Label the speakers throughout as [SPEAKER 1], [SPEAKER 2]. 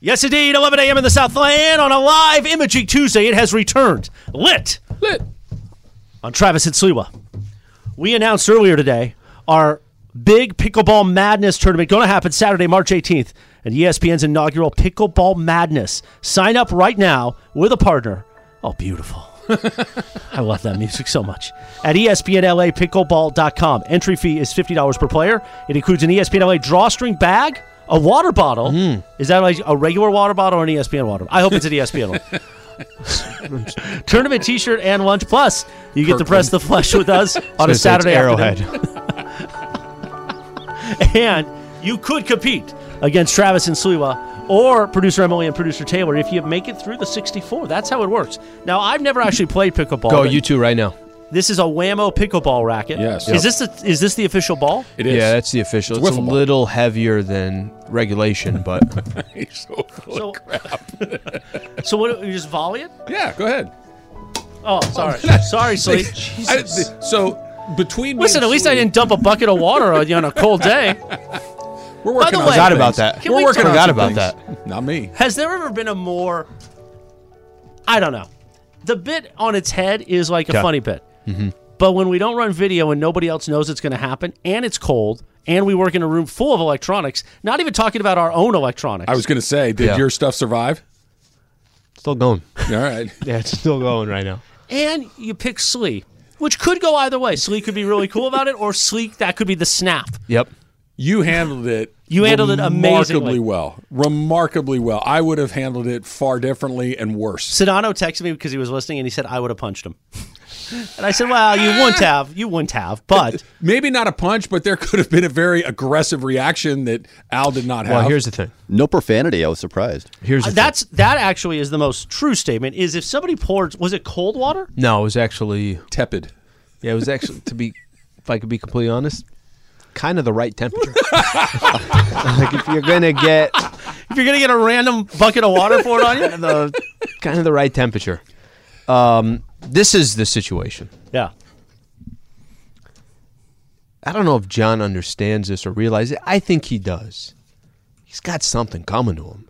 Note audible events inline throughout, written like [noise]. [SPEAKER 1] Yes, indeed. 11 a.m. in the Southland on a live Imaging Tuesday. It has returned. Lit. Lit. On Travis and Sliwa. We announced earlier today our big Pickleball Madness tournament going to happen Saturday, March E 18th at ESPN's inaugural Pickleball Madness. Sign up right now with a partner. Oh, beautiful. I love that music so much. At E ESPNLAPickleball.com. Entry fee is $50 per player. It includes an E ESPNLA drawstring bag, a water bottle.
[SPEAKER 2] Mm.
[SPEAKER 1] Is that like a regular water bottle or an E ESPN water bottle? I hope it's an E ESPN one.
[SPEAKER 2] [laughs]
[SPEAKER 1] Tournament t shirt and lunch. Plus, you get to press the flesh with
[SPEAKER 2] [laughs]
[SPEAKER 1] us on a
[SPEAKER 2] It's- it's
[SPEAKER 1] Saturday afternoon
[SPEAKER 2] Arrowhead.
[SPEAKER 1] and you could compete against Travis and Sliwa or producer Emily and producer Taylor if you make it through the 64. That's how it works. Now, I've never actually played pickleball.
[SPEAKER 2] Go
[SPEAKER 1] but
[SPEAKER 2] you two right now.
[SPEAKER 1] This is a whammo pickleball racket.
[SPEAKER 3] Yes.
[SPEAKER 1] Is this the, is this the official ball?
[SPEAKER 3] It is.
[SPEAKER 2] Yeah, that's the official.
[SPEAKER 3] It's
[SPEAKER 2] It's, a
[SPEAKER 3] wiffle ball.
[SPEAKER 2] little heavier than regulation, but [laughs]
[SPEAKER 3] He's [laughs] so full of
[SPEAKER 1] So- [laughs]
[SPEAKER 3] crap.
[SPEAKER 1] So what? You just volley it?
[SPEAKER 3] Yeah, go ahead.
[SPEAKER 1] Oh, sorry, sorry,
[SPEAKER 3] [laughs]
[SPEAKER 1] Sleep.
[SPEAKER 3] I- so between me
[SPEAKER 1] Listen,
[SPEAKER 3] and
[SPEAKER 1] at least I
[SPEAKER 3] Slee,
[SPEAKER 1] didn't dump a bucket of water on you on a cold
[SPEAKER 3] [laughs]
[SPEAKER 1] day.
[SPEAKER 3] We're working
[SPEAKER 1] the
[SPEAKER 3] on
[SPEAKER 1] way-
[SPEAKER 3] some
[SPEAKER 2] Forgot about
[SPEAKER 3] things.
[SPEAKER 2] that.
[SPEAKER 1] Can
[SPEAKER 3] We're
[SPEAKER 1] we
[SPEAKER 3] working
[SPEAKER 1] talk-
[SPEAKER 3] on
[SPEAKER 2] Forgot
[SPEAKER 3] some
[SPEAKER 2] about
[SPEAKER 3] things. Not me.
[SPEAKER 1] Has there ever been a more I don't know. The bit on its head is like a
[SPEAKER 2] Yeah.
[SPEAKER 1] funny bit.
[SPEAKER 3] Mm-hmm.
[SPEAKER 1] But when we don't run video and nobody else knows it's going to happen and it's cold and we work in a room full of electronics, not even talking about our own electronics.
[SPEAKER 3] I was
[SPEAKER 2] [laughs]
[SPEAKER 3] going to say, did
[SPEAKER 2] Yeah.
[SPEAKER 3] your stuff survive? [laughs]
[SPEAKER 2] still going.
[SPEAKER 3] All right.
[SPEAKER 2] Yeah, it's still going right now.
[SPEAKER 1] and you pick Slee, which could go either way. Slee could be really cool about it or Slee that could be the snap.
[SPEAKER 2] Yep.
[SPEAKER 3] You handled it.
[SPEAKER 1] You handled it amazingly.
[SPEAKER 3] Remarkably well. Remarkably well. I would have handled it far differently and worse.
[SPEAKER 1] Sedano texted me because he was listening and he said I would have punched him. and I said, "Well, you wouldn't have. You wouldn't have." [laughs] But
[SPEAKER 3] Maybe not a punch, but there could have been a very aggressive reaction that Al did not have.
[SPEAKER 2] Well, here's the thing.
[SPEAKER 4] No profanity. I was surprised.
[SPEAKER 2] Here's the thing.
[SPEAKER 1] that's Uh, that actually is the most true statement is if somebody poured was it cold water
[SPEAKER 2] No, it was actually.
[SPEAKER 3] tepid.
[SPEAKER 2] Yeah, it was actually to be, if I could be completely honest, kind of the right temperature. [laughs] like if you're gonna get
[SPEAKER 1] if you're gonna get a random bucket of water poured on [laughs] you
[SPEAKER 2] the kind of the right temperature, um, this is the situation.
[SPEAKER 1] yeah
[SPEAKER 2] I don't know if John understands this or realizes it. I think he does. He's got something coming to him.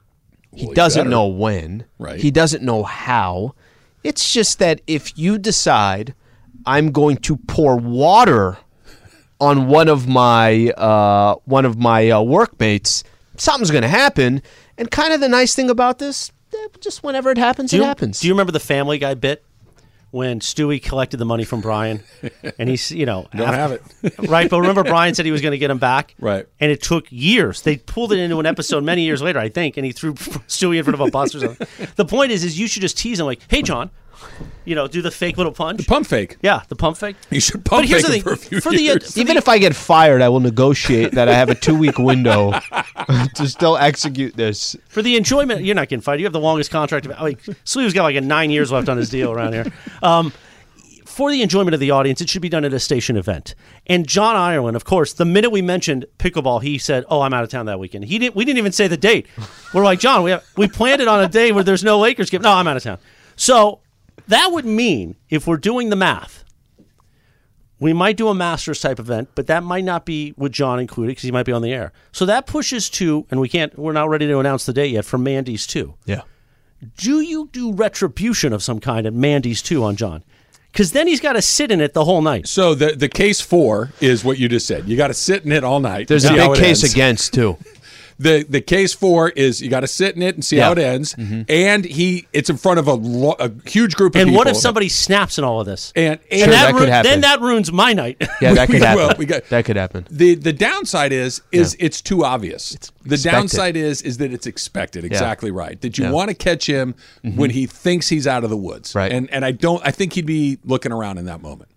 [SPEAKER 2] He doesn't
[SPEAKER 3] better.
[SPEAKER 2] know when.
[SPEAKER 3] Right.
[SPEAKER 2] He doesn't know how. It's just that if you decide I'm going to pour water on one of my uh, one of my uh, workmates, something's going to happen. And kind of the nice thing about this, eh, just whenever it happens,
[SPEAKER 1] do you,
[SPEAKER 2] it happens.
[SPEAKER 1] do you remember the family guy bit when stewie collected the money from brian and he's you know
[SPEAKER 3] Don't have it.
[SPEAKER 1] right but remember brian said he was gonna get him back
[SPEAKER 3] Right.
[SPEAKER 1] and it took years they pulled it into an episode many years later i think and he threw [laughs] stewie in front of a bus or something the point is is you should just tease him like hey john you know do the fake little punch
[SPEAKER 3] Pump fake.
[SPEAKER 1] yeah the pump fake
[SPEAKER 3] You should
[SPEAKER 1] but
[SPEAKER 3] pump
[SPEAKER 1] here's
[SPEAKER 3] fake
[SPEAKER 1] the thing
[SPEAKER 3] it for a few
[SPEAKER 1] for the uh,
[SPEAKER 3] years.
[SPEAKER 1] for
[SPEAKER 2] even
[SPEAKER 1] the-
[SPEAKER 2] if I get fired, I will negotiate that I have a two week window
[SPEAKER 1] [laughs]
[SPEAKER 2] [laughs] to still execute this.
[SPEAKER 1] for the enjoyment. You're not getting fired. You have the longest contract. Of, like Sleeve's got like a nine years left on his deal around here. Um, for the enjoyment of the audience, it should be done at a station event. And John Ireland, of course, the minute we mentioned pickleball, he said, "Oh, I'm out of town that weekend." He didn't. We didn't even say the date. We're like, John, we have, we planned it on a day where there's no Lakers game. No, I'm out of town. So that would mean if we're doing the math. We might do a Masters type event, but that might not be with John included because he might be on the air. So that pushes to, and we can't, we're not ready to announce the date yet for Mandy's 2.
[SPEAKER 2] Yeah.
[SPEAKER 1] Do you do retribution of some kind at Mandy's 2 on John? Because then he's got to sit in it the whole night.
[SPEAKER 3] So the the case four is what you just said. You got to sit in it all night.
[SPEAKER 2] There's
[SPEAKER 3] and see
[SPEAKER 2] a
[SPEAKER 3] how
[SPEAKER 2] big
[SPEAKER 3] it
[SPEAKER 2] case
[SPEAKER 3] ends.
[SPEAKER 2] against
[SPEAKER 3] [laughs]
[SPEAKER 2] too.
[SPEAKER 3] The the case four is you got to sit in it and see
[SPEAKER 2] Yeah.
[SPEAKER 3] how it ends. And he it's in front of a, lo- a huge group of
[SPEAKER 1] And
[SPEAKER 3] people.
[SPEAKER 1] what if somebody snaps in all of this?
[SPEAKER 3] and and
[SPEAKER 2] Sure,
[SPEAKER 1] that
[SPEAKER 2] that could
[SPEAKER 1] ru-
[SPEAKER 2] happen.
[SPEAKER 1] Then that ruins my night. [laughs]
[SPEAKER 2] Yeah, that could happen.
[SPEAKER 3] Well, we got-
[SPEAKER 2] that could happen.
[SPEAKER 3] the the downside is is it's too obvious. the
[SPEAKER 2] expected.
[SPEAKER 3] downside is is that it's expected. Exactly right. That you
[SPEAKER 2] Yeah.
[SPEAKER 3] want to catch him when he thinks he's out of the woods.
[SPEAKER 2] Right.
[SPEAKER 3] And and I don't. I think he'd be looking around in that moment.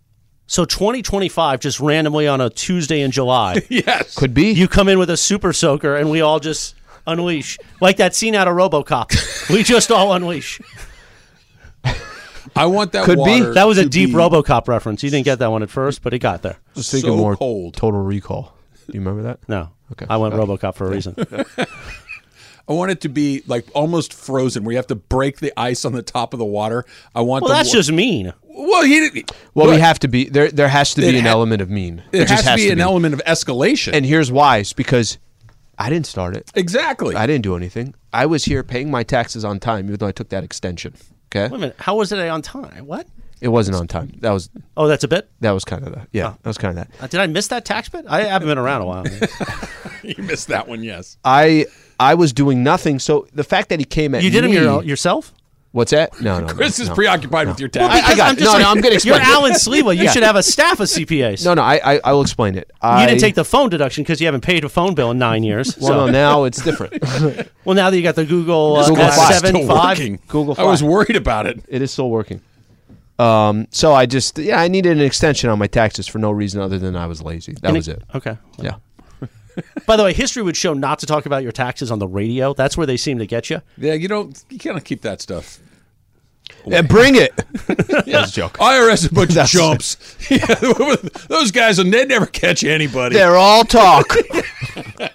[SPEAKER 1] so 2025, just randomly on a Tuesday in July,
[SPEAKER 3] Yes.
[SPEAKER 2] Could be.
[SPEAKER 1] you come in with a super soaker and we all just unleash. Like that scene out of RoboCop. we just all unleash.
[SPEAKER 3] I want that
[SPEAKER 2] Could be.
[SPEAKER 3] water.
[SPEAKER 1] That was a
[SPEAKER 3] to
[SPEAKER 1] deep
[SPEAKER 3] be
[SPEAKER 1] RoBocop reference. You didn't get that one at first, but it got there.
[SPEAKER 3] So cold.
[SPEAKER 2] Total Recall. Do you remember that?
[SPEAKER 1] No.
[SPEAKER 2] Okay.
[SPEAKER 1] I went RoboCop for a reason.
[SPEAKER 3] I want it to be like almost frozen, where you have to break the ice on the top of the water. I want.
[SPEAKER 1] well,
[SPEAKER 3] the
[SPEAKER 1] that's
[SPEAKER 3] wa-
[SPEAKER 1] just mean.
[SPEAKER 3] Well, he didn't.
[SPEAKER 2] Well, we
[SPEAKER 3] Look,
[SPEAKER 2] have to be there. There has to be
[SPEAKER 3] It
[SPEAKER 2] an
[SPEAKER 3] ha-
[SPEAKER 2] element of mean.
[SPEAKER 3] It
[SPEAKER 2] just
[SPEAKER 3] has, to be an element of escalation.
[SPEAKER 2] And here's why: it's because I didn't start it.
[SPEAKER 3] exactly.
[SPEAKER 2] I didn't do anything. I was here paying my taxes on time, even though I took that extension. Okay,
[SPEAKER 1] Wait a minute. How was it on time? What?
[SPEAKER 2] it wasn't on time. That was
[SPEAKER 1] Oh, that's a bit?
[SPEAKER 2] that was kind of the yeah. That was kind of that.
[SPEAKER 1] Uh, Did I miss that tax bit? I haven't been around a while.
[SPEAKER 3] [laughs] you missed that one. Yes.
[SPEAKER 2] I I was doing nothing. So the fact that he came
[SPEAKER 1] [laughs]
[SPEAKER 2] at
[SPEAKER 1] You did him
[SPEAKER 2] me,
[SPEAKER 1] your, yourself?
[SPEAKER 2] what's that?
[SPEAKER 1] [laughs]
[SPEAKER 2] No, no, no,
[SPEAKER 3] Chris is
[SPEAKER 2] no.
[SPEAKER 3] preoccupied with your
[SPEAKER 2] I-
[SPEAKER 3] tax.
[SPEAKER 2] I got it. No, no, I'm gonna
[SPEAKER 1] You're
[SPEAKER 2] explain.
[SPEAKER 1] Alan Sleva. You
[SPEAKER 2] Yeah.
[SPEAKER 1] should have a staff of CPAs.
[SPEAKER 2] No, no, I, I I will explain it. I,
[SPEAKER 1] you didn't take the phone deduction because you haven't paid a phone bill in nine years.
[SPEAKER 2] Well,
[SPEAKER 1] so.
[SPEAKER 2] no, now it's
[SPEAKER 1] [laughs]
[SPEAKER 2] different.
[SPEAKER 1] well, now that you got the Google, uh,
[SPEAKER 2] Google Fi.
[SPEAKER 1] S7
[SPEAKER 3] Still
[SPEAKER 1] five,
[SPEAKER 3] working.
[SPEAKER 2] Google
[SPEAKER 3] I was
[SPEAKER 2] Fi.
[SPEAKER 3] worried about it.
[SPEAKER 2] it is still working. Um, so I just yeah, I needed an extension on my taxes for no reason other than I was lazy. That was it.
[SPEAKER 1] Okay.
[SPEAKER 2] Yeah.
[SPEAKER 1] By the way, history would show not to talk about your taxes on the radio. That's where they seem to get you.
[SPEAKER 3] Yeah, you don't. You cannot keep that stuff.
[SPEAKER 2] And
[SPEAKER 1] [laughs]
[SPEAKER 2] bring it. That was a joke.
[SPEAKER 3] IRS is a bunch of
[SPEAKER 2] That's-
[SPEAKER 3] jumps. [laughs] Yeah, those guys, and they never catch anybody.
[SPEAKER 2] They're all talk.
[SPEAKER 1] All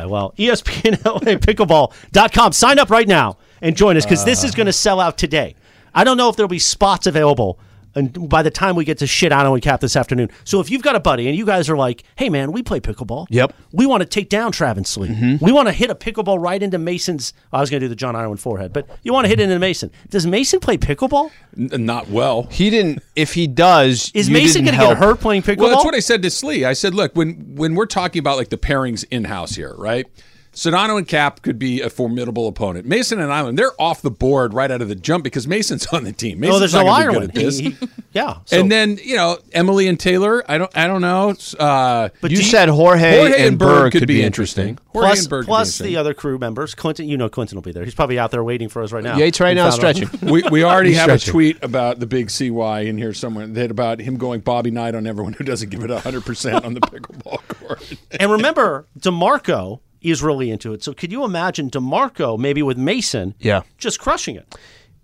[SPEAKER 1] right. Well, E [laughs] ESPNLAPickleball.com. Sign up right now and join us because this is going to sell out today. I don't know if there'll be spots available and by the time we get to shit on and cap this afternoon. So if you've got a buddy and you guys are like, hey, man, we play pickleball.
[SPEAKER 2] Yep.
[SPEAKER 1] We want to take down Travis Lee.
[SPEAKER 3] Mm-hmm.
[SPEAKER 1] We want to hit a pickleball right into Mason's. I was going to do the John Irwin forehead, but you want to hit it into Mason. Does Mason play pickleball?
[SPEAKER 3] N- not well.
[SPEAKER 2] He didn't. If he does,
[SPEAKER 1] Is
[SPEAKER 2] you
[SPEAKER 1] Mason
[SPEAKER 2] didn't
[SPEAKER 1] going to get
[SPEAKER 2] help.
[SPEAKER 1] hurt playing pickleball?
[SPEAKER 3] Well, that's what I said to Slee. I said, look, when when we're talking about like the pairings in house here, right? Sedano and Cap could be a formidable opponent. Mason and Island, they're off the board right out of the jump because Mason's [laughs] on the team. Mason's
[SPEAKER 1] No, Oh, there's
[SPEAKER 3] not
[SPEAKER 1] no
[SPEAKER 3] gonna be
[SPEAKER 1] Ireland.
[SPEAKER 3] good at this.
[SPEAKER 1] He- he- [laughs] yeah. so-
[SPEAKER 3] [laughs] and then you know Emily and Taylor. I don't. I don't know. It's, Uh,
[SPEAKER 1] But
[SPEAKER 2] You
[SPEAKER 1] do
[SPEAKER 2] said Jorge,
[SPEAKER 3] Jorge and, Berg, could, be
[SPEAKER 2] interesting.
[SPEAKER 3] interesting. Jorge
[SPEAKER 1] plus,
[SPEAKER 3] and Berg could be
[SPEAKER 1] plus
[SPEAKER 3] interesting.
[SPEAKER 1] the other crew members. Clinton, you know Clinton will be there. He's probably out there waiting for us right now.
[SPEAKER 2] Yates right
[SPEAKER 1] We
[SPEAKER 2] now is
[SPEAKER 1] found out-
[SPEAKER 2] stretching.
[SPEAKER 3] [laughs] we, we already
[SPEAKER 2] He's
[SPEAKER 3] have
[SPEAKER 2] stretching.
[SPEAKER 3] a tweet about the big CY in here somewhere that about him going Bobby Knight on everyone who doesn't give it 100% on the [laughs] pickleball court.
[SPEAKER 1] and remember, DeMarco is really into it. So could you imagine DeMarco maybe with Mason
[SPEAKER 2] [laughs] Yeah.
[SPEAKER 1] just crushing it?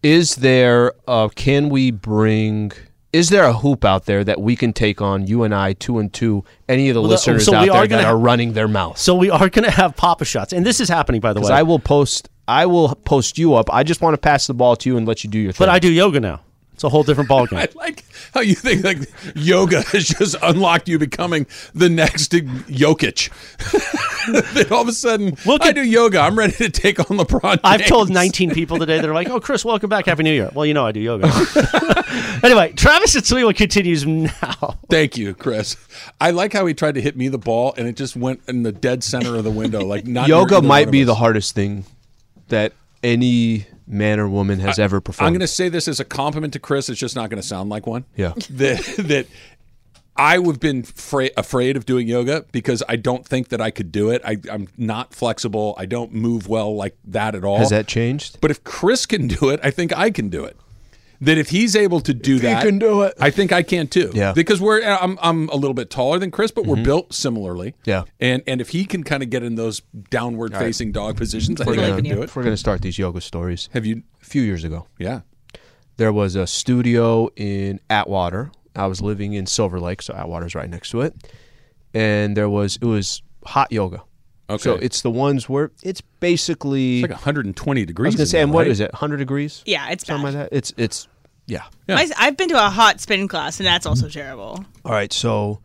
[SPEAKER 2] Is there? Uh, can we bring? Is there a hoop out there that we can take on you and I, two and two? Any of the
[SPEAKER 1] Well, that-
[SPEAKER 2] listeners
[SPEAKER 1] so we
[SPEAKER 2] out
[SPEAKER 1] are
[SPEAKER 2] there that
[SPEAKER 1] gonna
[SPEAKER 2] are
[SPEAKER 1] have-
[SPEAKER 2] running their mouths?
[SPEAKER 1] So we are going to have Papa shots. And this is happening, by the way.
[SPEAKER 2] Because I will post. I will post you up. I just want to pass the ball to you and let you do your thing.
[SPEAKER 1] but I do yoga now. It's a whole
[SPEAKER 2] [laughs]
[SPEAKER 1] different
[SPEAKER 3] I
[SPEAKER 1] ballgame.
[SPEAKER 3] like how you think like yoga has just unlocked you becoming the next Jokic. [laughs] then all of a sudden,
[SPEAKER 1] Look
[SPEAKER 3] I
[SPEAKER 1] at-
[SPEAKER 3] do yoga. I'm ready to take on LeBron.
[SPEAKER 1] I've told
[SPEAKER 3] James.
[SPEAKER 1] 19 people today that are like, "Oh, Chris, welcome back, Happy New Year." Well, you know I do
[SPEAKER 2] [laughs]
[SPEAKER 1] yoga. anyway, Travis Itsliwa continues now.
[SPEAKER 3] Thank you, Chris. I like how he tried to hit me the ball and it just went in the dead center of the window. Like not near
[SPEAKER 2] Yoga
[SPEAKER 3] either one
[SPEAKER 2] might
[SPEAKER 3] of
[SPEAKER 2] be
[SPEAKER 3] us.
[SPEAKER 2] the hardest thing that any man or woman has ever performed.
[SPEAKER 3] I'm going to say this as a compliment to Chris. It's just not going to sound like one.
[SPEAKER 2] [laughs] Yeah.
[SPEAKER 3] [laughs] that that I have been fra- afraid of doing yoga because I don't think that I could do it. I, I'm not flexible. I don't move well like that at all.
[SPEAKER 2] Has that changed?
[SPEAKER 3] But if Chris can do it, I think I can do it. That if he's able to do
[SPEAKER 2] he
[SPEAKER 3] that,
[SPEAKER 2] can do it.
[SPEAKER 3] I think I can too.
[SPEAKER 2] Yeah. Mm-hmm.
[SPEAKER 3] because we're I'm I'm a little bit taller than Chris, but we're built similarly.
[SPEAKER 2] Yeah.
[SPEAKER 3] and and if he can kind of get in those downward facing dog positions, I think I can
[SPEAKER 2] gonna-
[SPEAKER 3] do it.
[SPEAKER 2] if Um, we're going to start these yoga stories,
[SPEAKER 3] Have you?
[SPEAKER 2] a few years ago,
[SPEAKER 3] Yeah.
[SPEAKER 2] there was a studio in Atwater. I was living in Silver Lake, so Atwater's right next to it. And there was it was hot yoga.
[SPEAKER 3] Okay.
[SPEAKER 2] So it's the ones where it's basically
[SPEAKER 3] It's like 120
[SPEAKER 2] I was
[SPEAKER 3] degrees.
[SPEAKER 2] going to say,
[SPEAKER 3] in
[SPEAKER 2] and
[SPEAKER 3] there,
[SPEAKER 2] what
[SPEAKER 3] right?
[SPEAKER 2] is it? Hundred degrees?
[SPEAKER 5] Yeah, it's
[SPEAKER 2] something
[SPEAKER 5] bad.
[SPEAKER 2] like that. It's it's yeah.
[SPEAKER 5] My, I've been to a hot spin class, and that's also terrible.
[SPEAKER 2] All right, so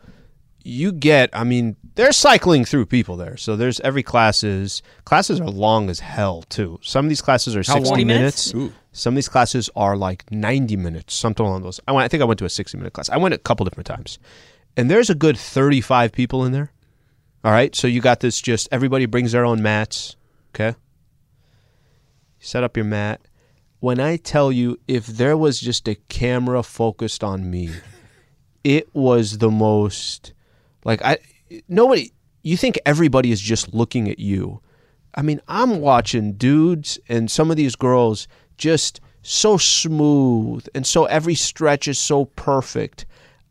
[SPEAKER 2] you get I mean they're cycling through people there. So there's every classes classes are long as hell too. Some of these classes are 60
[SPEAKER 3] long? 40
[SPEAKER 2] minutes.
[SPEAKER 5] minutes?
[SPEAKER 2] Some of these classes are like 90 minutes, something along those. I went I think I went to a 60 minute class. I went a couple different times. And there's a good 35 people in there. All right? So you got this just everybody brings their own mats, okay? set up your mat. When I tell you, if there was just a camera focused on me, it was the most like I nobody. You think everybody is just looking at you? I mean, I'm watching dudes and some of these girls just so smooth and so every stretch is so perfect.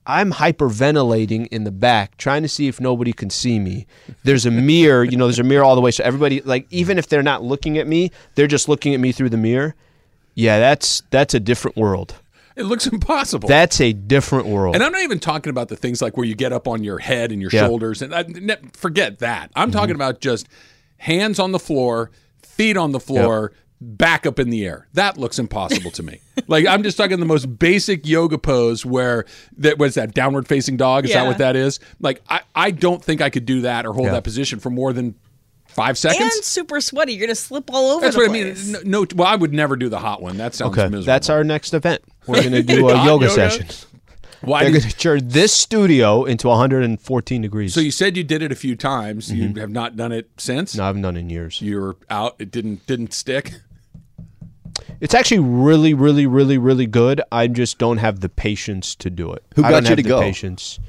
[SPEAKER 2] I'm hyperventilating in the back, trying to see if nobody can see me. There's a mirror, you know, there's a mirror all the way. So everybody, like, even if they're not looking at me, they're just looking at me through the mirror. Yeah, that's that's a different world.
[SPEAKER 3] It looks impossible.
[SPEAKER 2] That's a different world.
[SPEAKER 3] and I'm not even talking about the things like where you get up on your head and your
[SPEAKER 2] Yeah. Mm-hmm.
[SPEAKER 3] shoulders, and I, ne- forget that. I'm talking about just hands on the floor, feet on the floor, back up in the air. That looks impossible
[SPEAKER 2] [laughs]
[SPEAKER 3] to me. Like I'm just talking the most basic yoga pose where that was that downward facing dog. Is that
[SPEAKER 5] Yeah.
[SPEAKER 3] what that is? Like I, I don't think I could do that or hold that position for more than five
[SPEAKER 5] And
[SPEAKER 3] seconds.
[SPEAKER 5] super sweaty. You're gonna slip all over.
[SPEAKER 3] that's
[SPEAKER 5] the
[SPEAKER 3] what
[SPEAKER 5] place.
[SPEAKER 3] I mean. No, no, well, I would never do the hot one. That sounds
[SPEAKER 2] okay,
[SPEAKER 3] miserable.
[SPEAKER 2] that's our next event.
[SPEAKER 3] [laughs]
[SPEAKER 2] We're going to do a
[SPEAKER 3] Hot
[SPEAKER 2] yoga,
[SPEAKER 3] yoga?
[SPEAKER 2] session.
[SPEAKER 3] why
[SPEAKER 2] They're
[SPEAKER 3] did-
[SPEAKER 2] going to turn this studio into 114 degrees.
[SPEAKER 3] So you said you did it a few times. You have not done it since.
[SPEAKER 2] Mm-hmm. no, I haven't done it in years.
[SPEAKER 3] You were out. It didn't
[SPEAKER 2] [laughs]
[SPEAKER 3] didn't stick.
[SPEAKER 2] It's actually really, really, really, really good. I just don't have the patience to do it.
[SPEAKER 4] Who
[SPEAKER 2] I
[SPEAKER 4] got
[SPEAKER 2] don't
[SPEAKER 4] you
[SPEAKER 2] have
[SPEAKER 4] to
[SPEAKER 2] the
[SPEAKER 4] go?
[SPEAKER 2] Patience.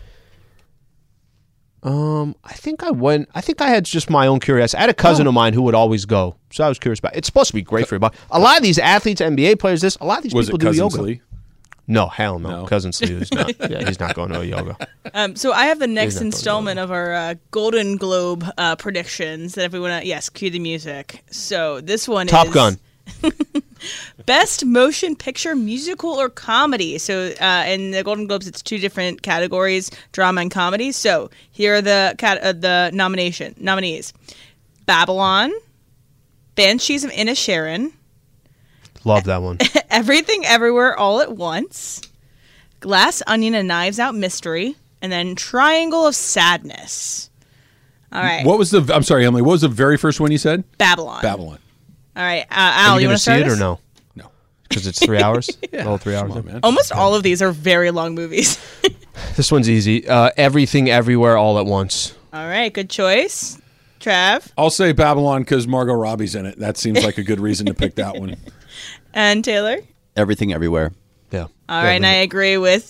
[SPEAKER 2] Um, I think I went. I think I had just my own curiosity. I had a cousin
[SPEAKER 3] Oh.
[SPEAKER 2] of mine who would always go, so I was curious about. It's supposed to be great for your body. A lot of these athletes, NBA players, this a lot of these
[SPEAKER 3] Was
[SPEAKER 2] people
[SPEAKER 3] it
[SPEAKER 2] do
[SPEAKER 3] Cousins
[SPEAKER 2] yoga.
[SPEAKER 3] Lee?
[SPEAKER 2] No, hell no.
[SPEAKER 3] No.
[SPEAKER 2] Cousin Lee is
[SPEAKER 3] [laughs]
[SPEAKER 2] not. yeah, he's not going to a yoga.
[SPEAKER 5] Um, so I have the next installment of our uh, Golden Globe uh, predictions that if we want to, yes, cue the music. So this one
[SPEAKER 2] Top
[SPEAKER 5] is
[SPEAKER 2] Gun.
[SPEAKER 5] [laughs] best motion picture, musical or comedy. So uh, in the Golden Globes, it's two different categories: drama and comedy. So here are the cat- uh, the nomination nominees: Babylon, Banshees of Inisherin,
[SPEAKER 2] Love that one.
[SPEAKER 5] Everything Everywhere All at Once, Glass Onion and Knives Out Mystery, and then Triangle of Sadness. All right,
[SPEAKER 3] What was the? I'm sorry, Emily. What was the very first one you said?
[SPEAKER 5] Babylon.
[SPEAKER 3] Babylon.
[SPEAKER 5] All right, uh, Al,
[SPEAKER 2] Are you,
[SPEAKER 5] you,
[SPEAKER 2] going
[SPEAKER 5] want
[SPEAKER 2] to
[SPEAKER 5] to
[SPEAKER 2] see
[SPEAKER 5] start
[SPEAKER 2] it or
[SPEAKER 5] us?
[SPEAKER 2] no?
[SPEAKER 3] No.
[SPEAKER 2] Because it's three hours. The whole three hours.
[SPEAKER 3] Come on, man.
[SPEAKER 5] Almost all of these are very long movies. [laughs]
[SPEAKER 2] This one's easy. Uh, everything, everywhere, all at once.
[SPEAKER 5] all right, good choice, Trav
[SPEAKER 3] I'll say Babylon because Margot Robbie's in it. That seems like a good reason to pick that one.
[SPEAKER 5] and Taylor.
[SPEAKER 4] Everything everywhere.
[SPEAKER 2] Yeah.
[SPEAKER 5] All right, and I agree with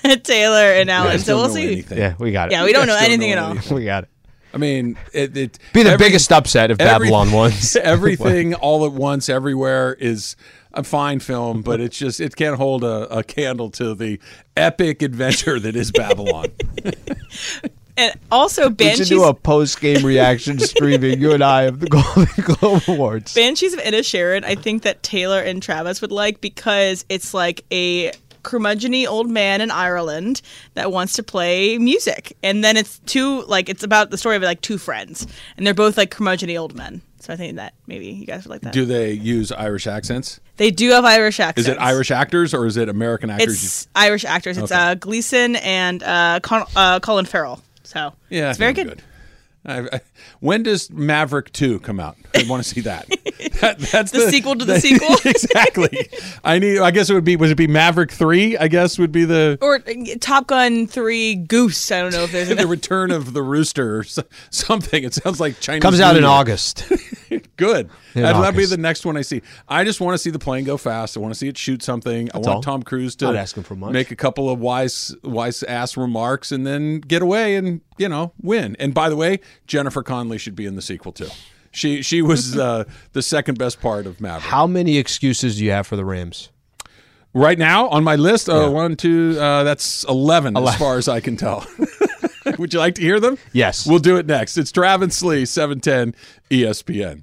[SPEAKER 5] [laughs] Taylor and
[SPEAKER 3] I
[SPEAKER 5] Alan. So
[SPEAKER 3] don't
[SPEAKER 5] we'll
[SPEAKER 3] know
[SPEAKER 5] see.
[SPEAKER 3] anything.
[SPEAKER 2] Yeah, we got it.
[SPEAKER 5] Yeah, we don't know
[SPEAKER 3] guys don't
[SPEAKER 5] anything
[SPEAKER 3] know
[SPEAKER 5] at all.
[SPEAKER 2] [laughs]
[SPEAKER 3] anything.
[SPEAKER 2] we got it.
[SPEAKER 3] I mean, it, it
[SPEAKER 2] Be the
[SPEAKER 3] every-
[SPEAKER 2] biggest upset if
[SPEAKER 3] every- [laughs]
[SPEAKER 2] Babylon wins. [laughs]
[SPEAKER 3] everything all at once, everywhere is a fine film, but it's just it can't hold a, a candle to the epic adventure that is
[SPEAKER 2] [laughs]
[SPEAKER 3] Babylon.
[SPEAKER 5] And also,
[SPEAKER 2] We should
[SPEAKER 5] Banshees.
[SPEAKER 2] do a post game reaction streaming. You and I of the Golden Globe Awards.
[SPEAKER 5] Banshees of Inisherin, I think that Taylor and Travis would like because it's like a curmudgeony old man in Ireland that wants to play music, and then it's two like it's about the story of like two friends, and they're both like curmudgeony old men. So I think that maybe you guys would like that.
[SPEAKER 3] Do they use Irish accents?
[SPEAKER 5] they do have Irish accents.
[SPEAKER 3] Is it Irish actors or is it American actors?
[SPEAKER 5] It's Irish actors. It's uh, Gleason and uh, Con- uh, Colin Farrell. So
[SPEAKER 3] yeah,
[SPEAKER 5] it's very
[SPEAKER 3] that'd
[SPEAKER 5] good.
[SPEAKER 3] be I, I, when does Maverick Two come out? I want to
[SPEAKER 5] [laughs]
[SPEAKER 3] see that. That- [laughs] that's
[SPEAKER 5] The sequel to the sequel?
[SPEAKER 3] exactly. I need. I guess it would be. Would it be Maverick Three? I guess would
[SPEAKER 5] [laughs]
[SPEAKER 3] be the
[SPEAKER 5] Or uh, Top Gun Three Goose. I don't know if there's
[SPEAKER 3] the [laughs]
[SPEAKER 5] another.
[SPEAKER 3] return of the rooster or so- something. It sounds like Chinese
[SPEAKER 2] Comes out
[SPEAKER 3] New
[SPEAKER 2] in
[SPEAKER 3] Year.
[SPEAKER 2] August.
[SPEAKER 3] [laughs] Good.
[SPEAKER 2] In
[SPEAKER 3] That'll be
[SPEAKER 2] August.
[SPEAKER 3] the next one I see. I just want to see the plane go fast. I want to see it shoot something. I want
[SPEAKER 2] all.
[SPEAKER 3] Tom Cruise
[SPEAKER 2] Not
[SPEAKER 3] to
[SPEAKER 2] asking for much.
[SPEAKER 3] make a couple of wise wise ass remarks and then get away and you know win. And by the way, Jennifer Conley should be in the sequel too. She she
[SPEAKER 2] [laughs]
[SPEAKER 3] was uh, the second best part of Maverick.
[SPEAKER 2] [laughs] How many excuses do you have for the Rams?
[SPEAKER 3] Right now on my list, uh, one two uh, that's 11, as far as I can tell. [laughs] Would you like to hear them?
[SPEAKER 2] Yes.
[SPEAKER 3] We'll do it next. It's Travis Lee, seven ten E ESPN.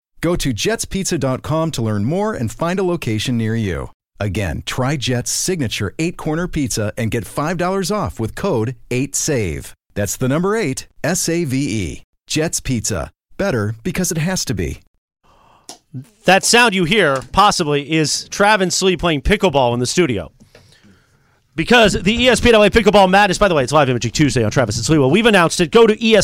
[SPEAKER 6] Go to jetspizza.com to learn more and find a location near you. Again, try Jet's signature eight corner pizza and get $5 off with code 8SAVE. That's the number eight, S A V E. Jets Pizza. Better because it has to be.
[SPEAKER 1] That sound you hear possibly is Trav and Slee playing pickleball in the studio. Because the E ESPN LA Pickleball Madness, by the way, it's live imaging Tuesday on Travis and Slee. Well, we've announced it. Go to E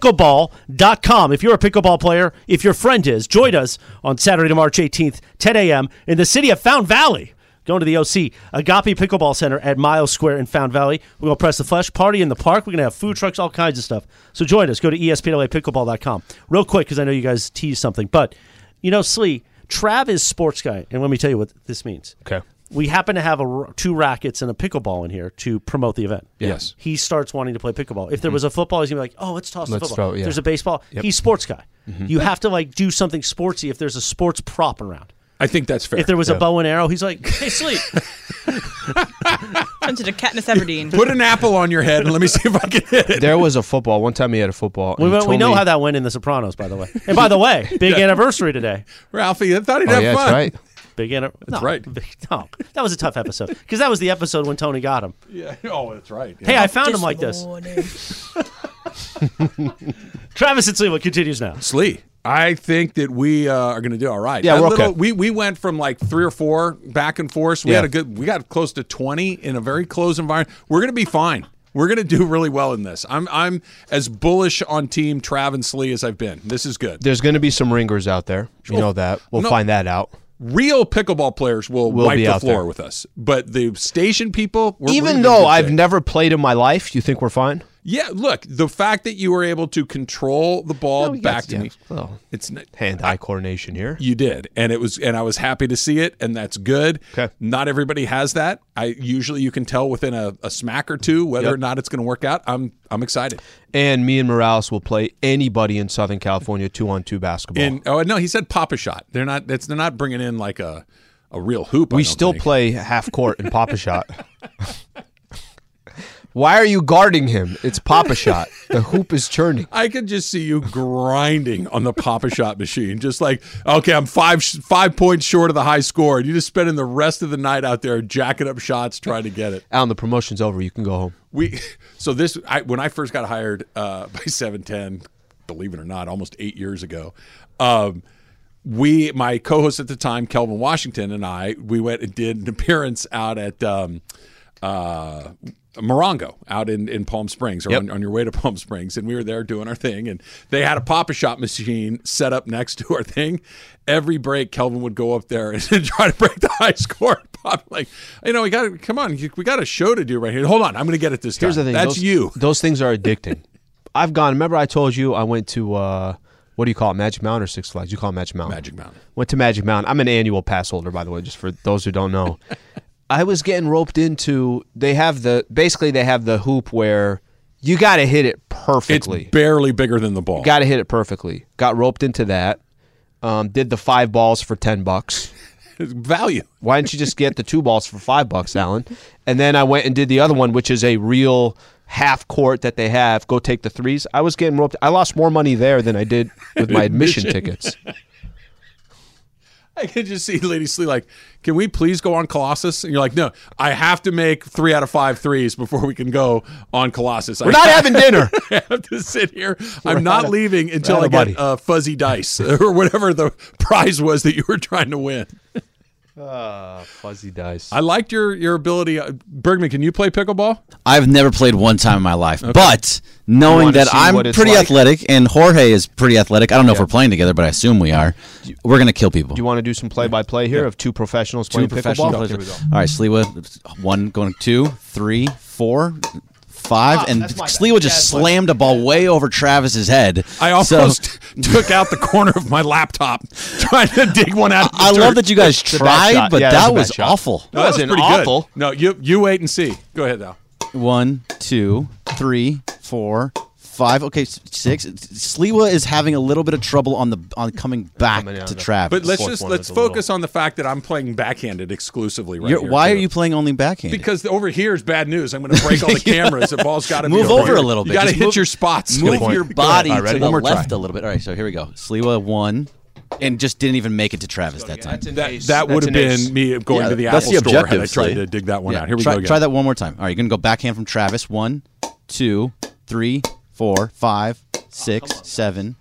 [SPEAKER 1] ESPNLAPickleball.com. If you're a pickleball player, if your friend is, join us on Saturday, March 18th, 10 a.m. in the city of Found Valley. Going to the OC, Agape Pickleball Center at Miles Square in Found Valley. We're going to press the flesh, party in the park. We're going to have food trucks, all kinds of stuff. So join us. Go to E ESPNLAPickleball.com. Real quick, because I know you guys teased something. But, you know, Slee, Trav is sports guy. And let me tell you what this means
[SPEAKER 2] Okay.
[SPEAKER 1] we happen to have a r two rackets and a pickleball in here to promote the event.
[SPEAKER 3] Yes.
[SPEAKER 1] He starts wanting to play pickleball. If there was a football, he's gonna be like, "Oh, let's toss
[SPEAKER 2] Mm-hmm. Let's
[SPEAKER 1] the football."
[SPEAKER 2] throw it, yeah. Mm-hmm.
[SPEAKER 1] There's a baseball. He's sports guy. You have to like do something sportsy if there's a sports prop around.
[SPEAKER 3] I think that's fair.
[SPEAKER 1] If there was a bow and arrow, he's like, "Hey,
[SPEAKER 2] [laughs]
[SPEAKER 1] sleep."
[SPEAKER 5] Tempted to Katniss Everdeen.
[SPEAKER 3] Put an apple on your head and let me see if I can hit it.
[SPEAKER 2] There was a football. One time he had a football. and
[SPEAKER 1] we,
[SPEAKER 2] he
[SPEAKER 1] went-
[SPEAKER 2] told
[SPEAKER 1] we know
[SPEAKER 2] me-
[SPEAKER 1] how that went in The Sopranos, by the way. And by the
[SPEAKER 2] [laughs]
[SPEAKER 1] way, big anniversary today.
[SPEAKER 3] Ralphie, I thought he'd
[SPEAKER 2] Oh,
[SPEAKER 3] have
[SPEAKER 2] yeah,
[SPEAKER 3] fun.
[SPEAKER 2] that's right.
[SPEAKER 1] Big anniversary. That's
[SPEAKER 3] right.
[SPEAKER 1] no, that was a tough episode because that was the episode when Tony got him.
[SPEAKER 3] Yeah. [laughs] Oh, that's right.
[SPEAKER 1] Hey, I found him like this.
[SPEAKER 5] [laughs] Oh,
[SPEAKER 1] Travis and Sleewa continues now.
[SPEAKER 3] Slee. I think that we uh, are going to do all right.
[SPEAKER 2] Yeah,
[SPEAKER 3] That
[SPEAKER 2] we're okay.
[SPEAKER 3] We we went from like three or four back and forth. We
[SPEAKER 2] Yeah.
[SPEAKER 3] had a good. We got close to twenty in a very closed environment. We're going to be fine. We're going to do really well in this. I'm I'm as bullish on Team Trav and Slee as I've been. This is good.
[SPEAKER 2] There's going to be some ringers out there. You know that. We'll
[SPEAKER 3] No.
[SPEAKER 2] find that out.
[SPEAKER 3] Real pickleball players will
[SPEAKER 2] We'll
[SPEAKER 3] wipe
[SPEAKER 2] be
[SPEAKER 3] the
[SPEAKER 2] out
[SPEAKER 3] floor
[SPEAKER 2] there.
[SPEAKER 3] with us, but the station people. We're, we're in
[SPEAKER 2] Even
[SPEAKER 3] good
[SPEAKER 2] though I've
[SPEAKER 3] shape.
[SPEAKER 2] never played in my life, you think we're fine?
[SPEAKER 3] Yeah, look, the fact that you were able to control the ball
[SPEAKER 2] we got-
[SPEAKER 3] back to
[SPEAKER 2] yeah,
[SPEAKER 3] me.
[SPEAKER 2] well,
[SPEAKER 3] it's n-
[SPEAKER 2] Hand-eye coordination here.
[SPEAKER 3] You did, and it was, and I was happy to see it, and that's good.
[SPEAKER 2] Okay.
[SPEAKER 3] Not everybody has that. I usually you can tell within a, a smack or two whether
[SPEAKER 2] Yep.
[SPEAKER 3] or not it's going to work out. I'm I'm excited.
[SPEAKER 2] And me and Morales will play anybody in Southern California two-on-two basketball.
[SPEAKER 3] And oh no, he said pop a shot. They're not. That's they're not bringing in like a a real hoop. I
[SPEAKER 2] we
[SPEAKER 3] don't
[SPEAKER 2] still
[SPEAKER 3] think.
[SPEAKER 2] play half court and Papa Shot. [laughs] Why are you guarding him? It's Papa Shot. The hoop is churning.
[SPEAKER 3] I could just see you grinding on the pop a shot machine, just like okay, I'm five sh- five points short of the high score. And you just spending the rest of the night out there jacking up shots trying to get it.
[SPEAKER 2] Alan, the promotion's over. You can go home.
[SPEAKER 3] We so this I, when I first got hired uh, by Seven Ten, believe it or not, almost eight years ago. Um, we my co-host at the time, Kelvin Washington, and I we went and did an appearance out at. Um, uh, Morongo out in, in Palm Springs or
[SPEAKER 2] Yep.
[SPEAKER 3] on, on your way to Palm Springs. And we were there doing our thing. And they had a pop a shop machine set up next to our thing. Every break, Kelvin would go up there and [laughs] try to break the high score. [laughs] Pop, like, you know, we got to come on. you- We got a show to do right here. Hold on. I'm going to get it this
[SPEAKER 2] Here's
[SPEAKER 3] time.
[SPEAKER 2] the thing.
[SPEAKER 3] That's
[SPEAKER 2] those,
[SPEAKER 3] you.
[SPEAKER 2] Those things
[SPEAKER 3] [laughs]
[SPEAKER 2] are addicting. I've gone. Remember, I told you I went to uh, what do you call it, Magic Mountain or Six Flags? You call it Magic Mountain.
[SPEAKER 3] Magic Mountain.
[SPEAKER 2] Went to Magic Mountain. I'm an annual pass holder, by the way, just for those who don't
[SPEAKER 3] [laughs]
[SPEAKER 2] know. I was getting roped into. They have the basically they have the hoop where you got to hit it
[SPEAKER 3] It's
[SPEAKER 2] perfectly.
[SPEAKER 3] barely bigger than the ball.
[SPEAKER 2] Got to hit it perfectly. Got roped into that. Um, did the five balls for ten bucks.
[SPEAKER 3] It's value. [laughs]
[SPEAKER 2] Why didn't you just get the two balls for five bucks, Alan? And then I went and did the other one, which is a real half court that they have. Go take the threes. I was getting roped. I lost more money there than I did with my admission tickets.
[SPEAKER 3] I could just see Lady Slee like, can we please go on Colossus? And you're like, no, I have to make three out of five threes before we can go on Colossus.
[SPEAKER 2] We're
[SPEAKER 3] I
[SPEAKER 2] not having dinner.
[SPEAKER 3] I have to sit here. I'm not leaving until
[SPEAKER 2] right
[SPEAKER 3] I
[SPEAKER 2] on, buddy.
[SPEAKER 3] get uh, fuzzy dice [laughs] or whatever the prize was that you were trying to win.
[SPEAKER 2] Fuzzy dice.
[SPEAKER 3] I liked your your ability, uh, Bergman. Can you play pickleball?
[SPEAKER 7] I've never played one time in my life, but knowing
[SPEAKER 2] wanna
[SPEAKER 7] that
[SPEAKER 2] see
[SPEAKER 7] I'm
[SPEAKER 2] what it's
[SPEAKER 7] pretty
[SPEAKER 2] like?
[SPEAKER 7] athletic and Jorge is pretty athletic, I don't know if we're playing together, but I assume we are. We're gonna kill people.
[SPEAKER 2] Do you want to do some play by play here of two professionals
[SPEAKER 7] Two
[SPEAKER 2] playing
[SPEAKER 7] professional
[SPEAKER 2] pickleball?
[SPEAKER 7] players. All right, Sliwa, one going two, three, four, five, and Sliwa just slammed a ball way over Travis's head.
[SPEAKER 3] I
[SPEAKER 7] So-
[SPEAKER 3] almost [laughs] took out the corner of my laptop [laughs] trying to dig one out. Of the
[SPEAKER 7] I
[SPEAKER 3] dirt.
[SPEAKER 7] love that you guys
[SPEAKER 2] a bad
[SPEAKER 7] tried,
[SPEAKER 2] shot.
[SPEAKER 7] but
[SPEAKER 2] Yeah,
[SPEAKER 7] that
[SPEAKER 2] that was a bad
[SPEAKER 7] was,
[SPEAKER 2] shot.
[SPEAKER 7] awful.
[SPEAKER 3] No, that was
[SPEAKER 2] Wasn't
[SPEAKER 3] pretty good.
[SPEAKER 2] awful.
[SPEAKER 3] No, you you wait and see. Go ahead now.
[SPEAKER 7] One, two, three, four, five. Okay, s- six. Sliwa is having a little bit of trouble on the on coming back
[SPEAKER 2] Coming out
[SPEAKER 7] to
[SPEAKER 2] of-
[SPEAKER 7] Travis.
[SPEAKER 3] But let's
[SPEAKER 2] fourth
[SPEAKER 3] just
[SPEAKER 2] one
[SPEAKER 3] let's
[SPEAKER 2] is a little-
[SPEAKER 3] focus on the fact that I'm playing backhanded exclusively right
[SPEAKER 7] You're,
[SPEAKER 3] here.
[SPEAKER 7] why are
[SPEAKER 3] too.
[SPEAKER 7] you playing only backhand?
[SPEAKER 3] Because over here is bad news. I'm going to break
[SPEAKER 7] [laughs]
[SPEAKER 3] all the cameras. The ball's got to
[SPEAKER 7] Move over a little bit.
[SPEAKER 3] You got to
[SPEAKER 7] Just
[SPEAKER 3] hit
[SPEAKER 7] move-
[SPEAKER 3] your spots.
[SPEAKER 7] move
[SPEAKER 3] Good point.
[SPEAKER 7] your
[SPEAKER 3] Go ahead.
[SPEAKER 7] body
[SPEAKER 3] All right,
[SPEAKER 7] to
[SPEAKER 3] ready?
[SPEAKER 7] the
[SPEAKER 3] One more try.
[SPEAKER 7] left a little bit. All right, so here we go. Sliwa one, and just didn't even make it to Travis that time.
[SPEAKER 3] That, that would have been me going
[SPEAKER 7] Yeah,
[SPEAKER 3] to the Apple
[SPEAKER 7] that's the
[SPEAKER 3] store had I
[SPEAKER 7] objective,
[SPEAKER 3] tried
[SPEAKER 7] Steve.
[SPEAKER 3] to dig that one
[SPEAKER 7] Yeah,
[SPEAKER 3] out. Here we
[SPEAKER 7] try,
[SPEAKER 3] go again.
[SPEAKER 7] Try that one more time. All right, you're gonna go backhand from Travis. One, two, three, four, five, six, seven,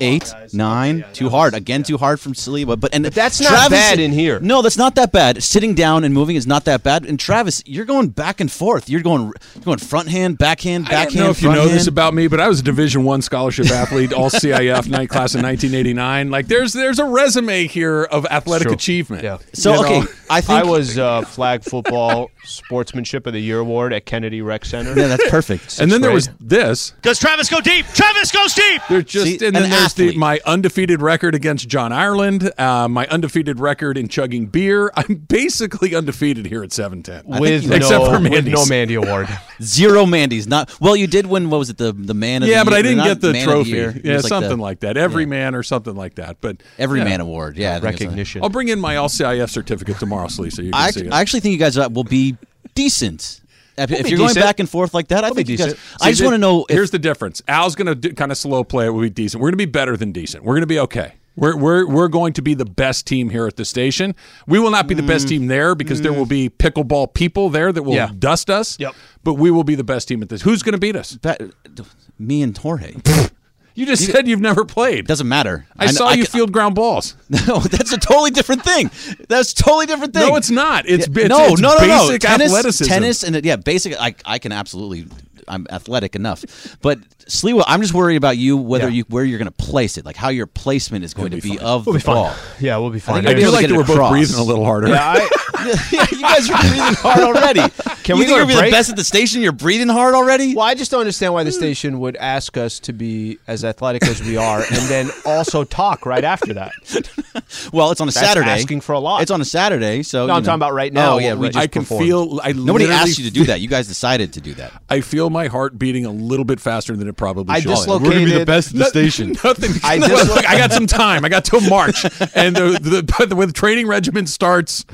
[SPEAKER 7] eight. six, seven, eight, nine. Too hard. Again, too hard from Saliba. But and
[SPEAKER 2] that's not bad in here.
[SPEAKER 7] No, that's not that bad. Sitting down and moving is not that bad. And Travis, you're going back and forth. You're going you're going front hand, backhand,
[SPEAKER 3] I
[SPEAKER 7] backhand.
[SPEAKER 3] don't know if you
[SPEAKER 7] front
[SPEAKER 3] know
[SPEAKER 7] hand.
[SPEAKER 3] this about me, but I was a Division One scholarship athlete, all CIF, night class in 1989. Like, there's there's a resume here of athletic
[SPEAKER 2] True.
[SPEAKER 3] achievement.
[SPEAKER 2] Yeah.
[SPEAKER 7] So
[SPEAKER 3] You know?
[SPEAKER 7] okay, I think
[SPEAKER 2] I
[SPEAKER 3] [laughs]
[SPEAKER 2] was uh, flag football sportsmanship of the year award at Kennedy
[SPEAKER 7] [laughs]
[SPEAKER 2] Rec Center.
[SPEAKER 7] yeah, that's perfect.
[SPEAKER 3] [laughs] And then there
[SPEAKER 2] grade.
[SPEAKER 3] was this.
[SPEAKER 1] Does Travis go deep? Travis goes deep.
[SPEAKER 3] There's just
[SPEAKER 7] See,
[SPEAKER 3] and then
[SPEAKER 7] an
[SPEAKER 3] there's the,
[SPEAKER 7] athlete.
[SPEAKER 3] my undefeated record against John Ireland, uh, my undefeated record in chugging beer. [laughs] I'm basically undefeated here at 710.
[SPEAKER 2] with
[SPEAKER 7] you-
[SPEAKER 2] no,
[SPEAKER 3] Except for
[SPEAKER 2] with
[SPEAKER 3] Mandy's.
[SPEAKER 2] no Mandy award.
[SPEAKER 7] Zero Mandy's. Not well. You did win. What was it? The the man. Of
[SPEAKER 3] yeah,
[SPEAKER 7] the
[SPEAKER 3] but
[SPEAKER 7] year,
[SPEAKER 3] I didn't
[SPEAKER 7] not
[SPEAKER 3] get the
[SPEAKER 7] man of
[SPEAKER 3] trophy.
[SPEAKER 7] year. It
[SPEAKER 3] yeah,
[SPEAKER 7] was like
[SPEAKER 3] something
[SPEAKER 7] the
[SPEAKER 3] like that. Every man or something like that. But
[SPEAKER 7] every
[SPEAKER 3] yeah.
[SPEAKER 7] man award. Yeah, I think it's like-
[SPEAKER 2] Recognition.
[SPEAKER 3] I'll bring in my LCIF certificate tomorrow, Slee, so you can
[SPEAKER 7] I,
[SPEAKER 3] see it.
[SPEAKER 7] I actually think you guys will be decent. If, if
[SPEAKER 2] be
[SPEAKER 7] you're
[SPEAKER 2] decent.
[SPEAKER 7] going back and forth like that, I think
[SPEAKER 2] be
[SPEAKER 7] you guys.
[SPEAKER 2] decent.
[SPEAKER 7] I just
[SPEAKER 3] See,
[SPEAKER 7] want to know. If,
[SPEAKER 3] Here's the difference. Al's going to kind of slow play it. We'll be decent. We're going to be better than decent. We're going to be okay. We're, we're, we're going to be the best team here at the station. We will not be the
[SPEAKER 7] Mm.
[SPEAKER 3] best team there because there will be pickleball people there that will
[SPEAKER 2] Yeah.
[SPEAKER 3] dust us.
[SPEAKER 2] Yep.
[SPEAKER 3] But we will be the best team at this. Who's going to beat us?
[SPEAKER 7] that, me and Torre.
[SPEAKER 3] [laughs] You just said you've never played.
[SPEAKER 7] Doesn't matter.
[SPEAKER 3] I
[SPEAKER 7] kn-
[SPEAKER 3] saw you
[SPEAKER 7] c-
[SPEAKER 3] field ground balls.
[SPEAKER 7] [laughs] No, that's a totally different thing. That's a totally different thing.
[SPEAKER 3] No, it's not. It's,
[SPEAKER 7] Yeah,
[SPEAKER 3] it's
[SPEAKER 7] no,
[SPEAKER 3] it's
[SPEAKER 7] no, no, no.
[SPEAKER 3] basic
[SPEAKER 7] tennis,
[SPEAKER 3] athleticism.
[SPEAKER 7] tennis, and yeah, basic. I, I can absolutely. I'm athletic enough, but Sliwa, I'm just worried about you whether you where you're going to place it, like how your placement is going to be, of the ball.
[SPEAKER 2] Yeah, we'll be fine.
[SPEAKER 7] I
[SPEAKER 3] I
[SPEAKER 7] You're
[SPEAKER 3] feel
[SPEAKER 7] just
[SPEAKER 3] like
[SPEAKER 7] gonna
[SPEAKER 3] we're both
[SPEAKER 7] cross.
[SPEAKER 3] breathing a little
[SPEAKER 7] [laughs]
[SPEAKER 3] harder.
[SPEAKER 7] yeah, you guys are breathing hard already. Can
[SPEAKER 2] we
[SPEAKER 7] you think
[SPEAKER 2] go to
[SPEAKER 7] you're the
[SPEAKER 2] break?
[SPEAKER 7] best at the station? You're breathing hard already.
[SPEAKER 2] Well, I just don't understand why the station would ask us to be as athletic as we are, and then also talk right after that.
[SPEAKER 7] Well, it's on a Saturday.
[SPEAKER 2] asking for a lot.
[SPEAKER 7] It's on a Saturday, so you
[SPEAKER 2] No, I'm
[SPEAKER 7] know.
[SPEAKER 2] talking about right now,
[SPEAKER 7] Oh yeah,
[SPEAKER 2] what
[SPEAKER 7] we
[SPEAKER 2] we
[SPEAKER 7] just
[SPEAKER 3] I can
[SPEAKER 2] performed.
[SPEAKER 3] feel. I
[SPEAKER 7] nobody
[SPEAKER 3] literally
[SPEAKER 7] asked you to do [laughs] that. You guys decided to do that.
[SPEAKER 3] I feel my heart beating a little bit faster than it probably
[SPEAKER 2] I
[SPEAKER 3] should.
[SPEAKER 2] dislocated.
[SPEAKER 4] We're gonna be the best at the
[SPEAKER 3] No- [laughs]
[SPEAKER 4] station.
[SPEAKER 3] Nothing.
[SPEAKER 2] I
[SPEAKER 3] I,
[SPEAKER 2] dislo-
[SPEAKER 3] look, I got some time. I got till
[SPEAKER 7] [laughs]
[SPEAKER 3] March, and the the, but the, when the training regimen starts.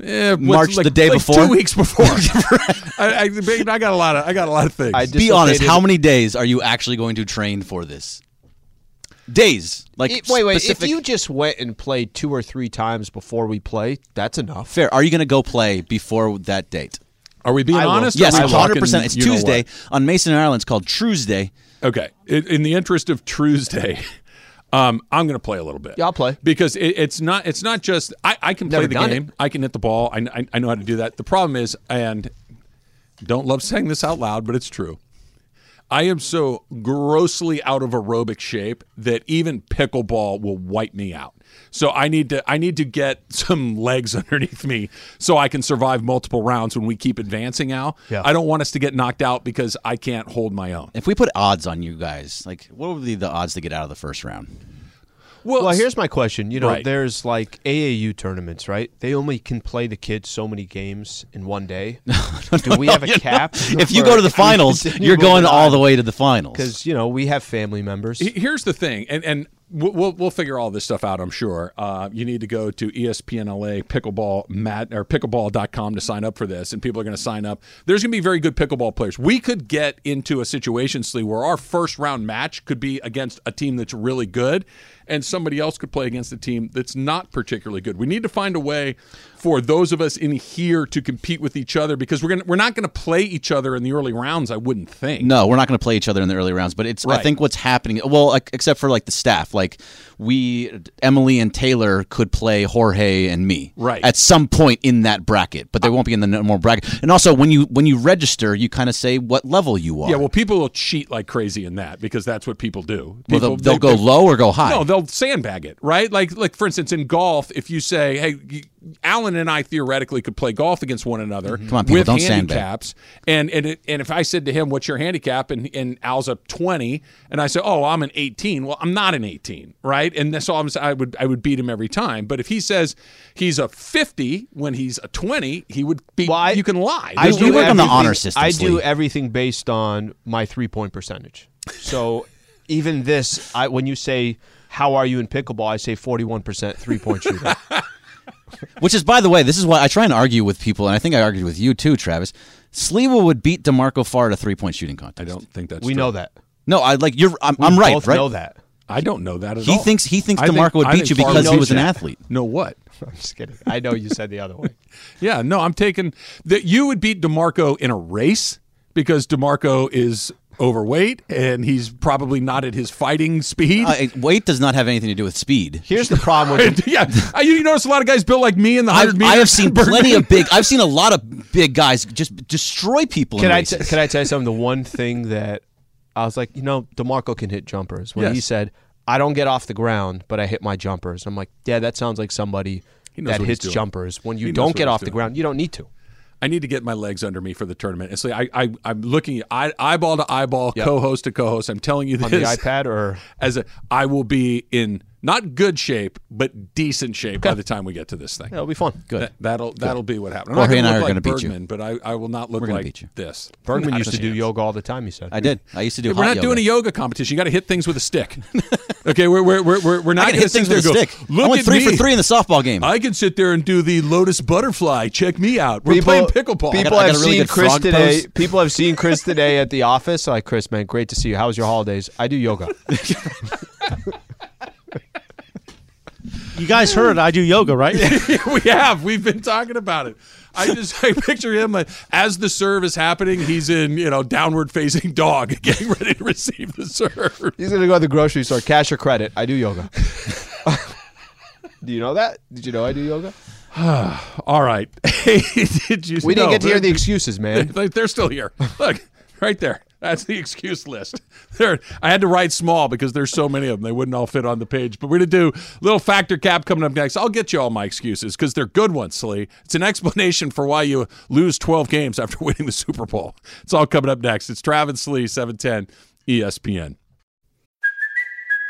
[SPEAKER 3] eh, what's-
[SPEAKER 7] March,
[SPEAKER 3] like-
[SPEAKER 7] the day
[SPEAKER 3] like
[SPEAKER 7] before?
[SPEAKER 3] two
[SPEAKER 7] [laughs]
[SPEAKER 3] weeks before. I, I, babe, I got a lot of I got a lot of things.
[SPEAKER 2] I
[SPEAKER 7] Be honest.
[SPEAKER 2] dislocated-
[SPEAKER 7] How many days are you actually going to train for this? Days, like
[SPEAKER 2] It- wait, wait.
[SPEAKER 7] specific-
[SPEAKER 2] If you just went and played two or three times before we play, that's enough.
[SPEAKER 7] fair, are you going to go play before that date?
[SPEAKER 3] Are we being
[SPEAKER 2] I will.
[SPEAKER 3] honest? or
[SPEAKER 7] Yes,
[SPEAKER 3] are we
[SPEAKER 7] one hundred percent. It's
[SPEAKER 3] talking, you know what?
[SPEAKER 7] Tuesday on Mason Island. It's called Tuesday.
[SPEAKER 3] Okay. In, in the interest of Tuesday, um, I'm going to play a little bit.
[SPEAKER 2] Yeah, I'll play.
[SPEAKER 3] because it, it's not. It's not just I, I can play
[SPEAKER 2] Never
[SPEAKER 3] the
[SPEAKER 2] done
[SPEAKER 3] game. I can hit the ball. I, I, I know how to do that. The problem is, and don't love saying this out loud, but it's true. I am so grossly out of aerobic shape that even pickleball will wipe me out. So I need to I need to get [laughs] some legs underneath me so I can survive multiple rounds when we keep advancing Al.
[SPEAKER 2] Yeah.
[SPEAKER 3] I don't want us to get knocked out because I can't hold my own.
[SPEAKER 7] If we put odds on you guys, like what would be the odds to get out of the first round? [laughs]
[SPEAKER 2] Well, here's my question. You know,
[SPEAKER 3] Right.
[SPEAKER 2] there's like AAU tournaments, right? They only can play the kids so many games in one
[SPEAKER 3] [laughs]
[SPEAKER 2] day. Do we have a cap?
[SPEAKER 7] If [laughs] you go to the
[SPEAKER 2] [laughs]
[SPEAKER 7] finals, you're going all the way to the finals.
[SPEAKER 2] Because you know we have family members.
[SPEAKER 3] He- Here's the thing, and and we'll- we'll we'll figure all this stuff out. I'm sure. Uh, you need to go to ESPNLA pickleball mat or pickleball.com to sign up for this, and people are going to sign up. There's going to be very good pickleball players. We could get into a situation, Slee, where our first round match could be against a team that's really good, and somebody else could play against a team that's not particularly good. We need to find a way for those of us in here to compete with each other because we're gonna we're not going to play each other in the early rounds. I wouldn't think.
[SPEAKER 7] No, we're not going to play each other in the early rounds. But it's I
[SPEAKER 3] Right.
[SPEAKER 7] think what's happening. Well, like, except for like the staff, like we Emily and Taylor could play Jorge and me
[SPEAKER 3] Right.
[SPEAKER 7] at some point in that bracket, but they won't be in the normal bracket. And also when you when you register, you kind of say what level you are.
[SPEAKER 3] Yeah, well, people will cheat like crazy in that because that's what people do.
[SPEAKER 7] Well,
[SPEAKER 3] People-
[SPEAKER 7] they'll, they'll go low or go high.
[SPEAKER 3] No, they'll sandbag it, right? Like, like for instance, in golf, if you say, "Hey, you, Alan and I theoretically could play golf against one another
[SPEAKER 7] Mm-hmm. Come on, people,
[SPEAKER 3] with
[SPEAKER 7] don't sandbag.
[SPEAKER 3] handicaps," and and it, and if I said to him, "What's your handicap?" and and Al's a twenty, and I say, "Oh, I'm an 18." Well, I'm not an 18, right? And that's all I'm saying. I would I would beat him every time. But if he says he's a 50 when he's a 20, he would be.
[SPEAKER 2] Well, I-
[SPEAKER 3] you can lie.
[SPEAKER 2] I
[SPEAKER 3] There's
[SPEAKER 7] do
[SPEAKER 3] no way-
[SPEAKER 7] work on the
[SPEAKER 2] everything-
[SPEAKER 7] honor system,
[SPEAKER 2] I do
[SPEAKER 7] Slee.
[SPEAKER 2] everything based on my three point percentage. So even this, I, when you say how are you in pickleball, I say forty one percent three point
[SPEAKER 3] [laughs]
[SPEAKER 2] shooter.
[SPEAKER 7] Which is, by the way, this is why I try and argue with people, and I think I argued with you too, Travis. Sliwa would beat Demarco Far at a three-point shooting contest.
[SPEAKER 3] I don't think that's
[SPEAKER 2] we
[SPEAKER 3] true.
[SPEAKER 2] know that.
[SPEAKER 7] No, I like you're. I'm, I'm right.
[SPEAKER 2] Both
[SPEAKER 7] right.
[SPEAKER 2] know that. [laughs]
[SPEAKER 3] I don't know that at
[SPEAKER 7] He
[SPEAKER 3] all.
[SPEAKER 7] thinks- he thinks
[SPEAKER 3] I
[SPEAKER 7] DeMarco would
[SPEAKER 3] I
[SPEAKER 7] beat you
[SPEAKER 3] Favre
[SPEAKER 7] because he
[SPEAKER 3] knows
[SPEAKER 7] was an
[SPEAKER 3] that.
[SPEAKER 7] athlete.
[SPEAKER 3] No, what?
[SPEAKER 2] I'm just kidding. I know you said the other way.
[SPEAKER 3] Yeah, no, I'm taking that you would beat DeMarco in a race because DeMarco is overweight, and he's probably not at his fighting speed.
[SPEAKER 7] Uh, weight does not have anything to do with speed.
[SPEAKER 2] Here's the
[SPEAKER 7] [laughs]
[SPEAKER 2] problem with
[SPEAKER 3] [laughs] yeah, I- you notice a lot of guys built like me in the
[SPEAKER 7] I've,
[SPEAKER 3] hundred meters.
[SPEAKER 7] I have
[SPEAKER 3] [laughs]
[SPEAKER 7] seen
[SPEAKER 3] Birdman.
[SPEAKER 7] plenty of big. I've seen a lot of big guys just destroy people.
[SPEAKER 2] Can
[SPEAKER 7] in
[SPEAKER 2] I
[SPEAKER 7] races.
[SPEAKER 2] t- can I tell you something? The one thing that I was like, you know, Demarco can hit jumpers. When he
[SPEAKER 3] Yes.
[SPEAKER 2] said, "I don't get off the ground, but I hit my jumpers," I'm like, yeah, that sounds like somebody
[SPEAKER 3] knows
[SPEAKER 2] that
[SPEAKER 3] what he's
[SPEAKER 2] hits
[SPEAKER 3] doing.
[SPEAKER 2] jumpers. When you
[SPEAKER 3] He knows
[SPEAKER 2] don't
[SPEAKER 3] what
[SPEAKER 2] get
[SPEAKER 3] he's
[SPEAKER 2] off the
[SPEAKER 3] doing.
[SPEAKER 2] ground, you don't need to.
[SPEAKER 3] I need to get my legs under me for the tournament. It's like I, I I'm looking eye, eyeball to eyeball, co-host to co-host. I'm telling you this
[SPEAKER 2] On the iPad or-
[SPEAKER 3] as a, I will be in not good shape, but decent shape by the time we get to this thing.
[SPEAKER 2] It'll be
[SPEAKER 3] [laughs]
[SPEAKER 2] fun. Good.
[SPEAKER 3] That, will that'll be what happens. I'm
[SPEAKER 7] Jorge and
[SPEAKER 3] not
[SPEAKER 7] I
[SPEAKER 3] gonna
[SPEAKER 7] are
[SPEAKER 3] look
[SPEAKER 7] gonna
[SPEAKER 3] like
[SPEAKER 7] beat you.
[SPEAKER 3] Bergman, but I, I will not look
[SPEAKER 7] We're gonna
[SPEAKER 3] like
[SPEAKER 7] beat you. [laughs]
[SPEAKER 3] this.
[SPEAKER 2] Bergman
[SPEAKER 3] Not
[SPEAKER 2] used
[SPEAKER 3] a
[SPEAKER 2] to do
[SPEAKER 3] chance.
[SPEAKER 2] yoga all the time. He said,
[SPEAKER 7] I did. I used to do.
[SPEAKER 3] We're not doing a yoga competition. You got to hit things with
[SPEAKER 7] [laughs]
[SPEAKER 3] a stick. okay, we're we're we're we're, we're not
[SPEAKER 7] I
[SPEAKER 3] going
[SPEAKER 7] can
[SPEAKER 3] to
[SPEAKER 7] hit things with a stick.
[SPEAKER 3] Look
[SPEAKER 7] I went
[SPEAKER 3] at
[SPEAKER 7] three
[SPEAKER 3] me.
[SPEAKER 7] for three in the softball game.
[SPEAKER 3] I can sit there and do the lotus butterfly. Check me out. We're playing pickleball.
[SPEAKER 7] I
[SPEAKER 3] [laughs]
[SPEAKER 2] People
[SPEAKER 7] got a
[SPEAKER 2] have
[SPEAKER 7] really
[SPEAKER 2] seen
[SPEAKER 7] good
[SPEAKER 2] Chris
[SPEAKER 7] frog
[SPEAKER 2] today.
[SPEAKER 7] pose.
[SPEAKER 2] People have seen Chris today at the office. Like Chris, man, great to see you. How was your holidays? I do
[SPEAKER 3] [laughs]
[SPEAKER 2] yoga.
[SPEAKER 1] You guys heard I do yoga, right? [laughs]
[SPEAKER 3] we have. We've been talking about it. I
[SPEAKER 7] [laughs]
[SPEAKER 3] just [laughs] I picture him like, as the serve is happening, he's in you know downward facing dog, [laughs] getting ready to receive
[SPEAKER 7] [laughs]
[SPEAKER 3] the serve.
[SPEAKER 2] He's gonna go to the grocery store, cash or credit. I do yoga. [laughs] do you know that? Did you know I do yoga?
[SPEAKER 3] All right, [laughs] Hey, did you?
[SPEAKER 2] We didn't
[SPEAKER 3] no,
[SPEAKER 2] get to hear the
[SPEAKER 3] they're-
[SPEAKER 2] excuses,
[SPEAKER 3] [laughs]
[SPEAKER 2] man.
[SPEAKER 3] They- They're still here. Look, right there. That's the excuse list. [laughs] There, I had to write small because there's so many of them. They wouldn't all fit on the page. But we're going to do little factor cap coming up next. I'll get you all my excuses because they're good ones, Slee. It's an explanation for why you lose 12 games after [laughs] winning the Super Bowl. It's all coming up next. It's Travis Slee, E 710 ESPN.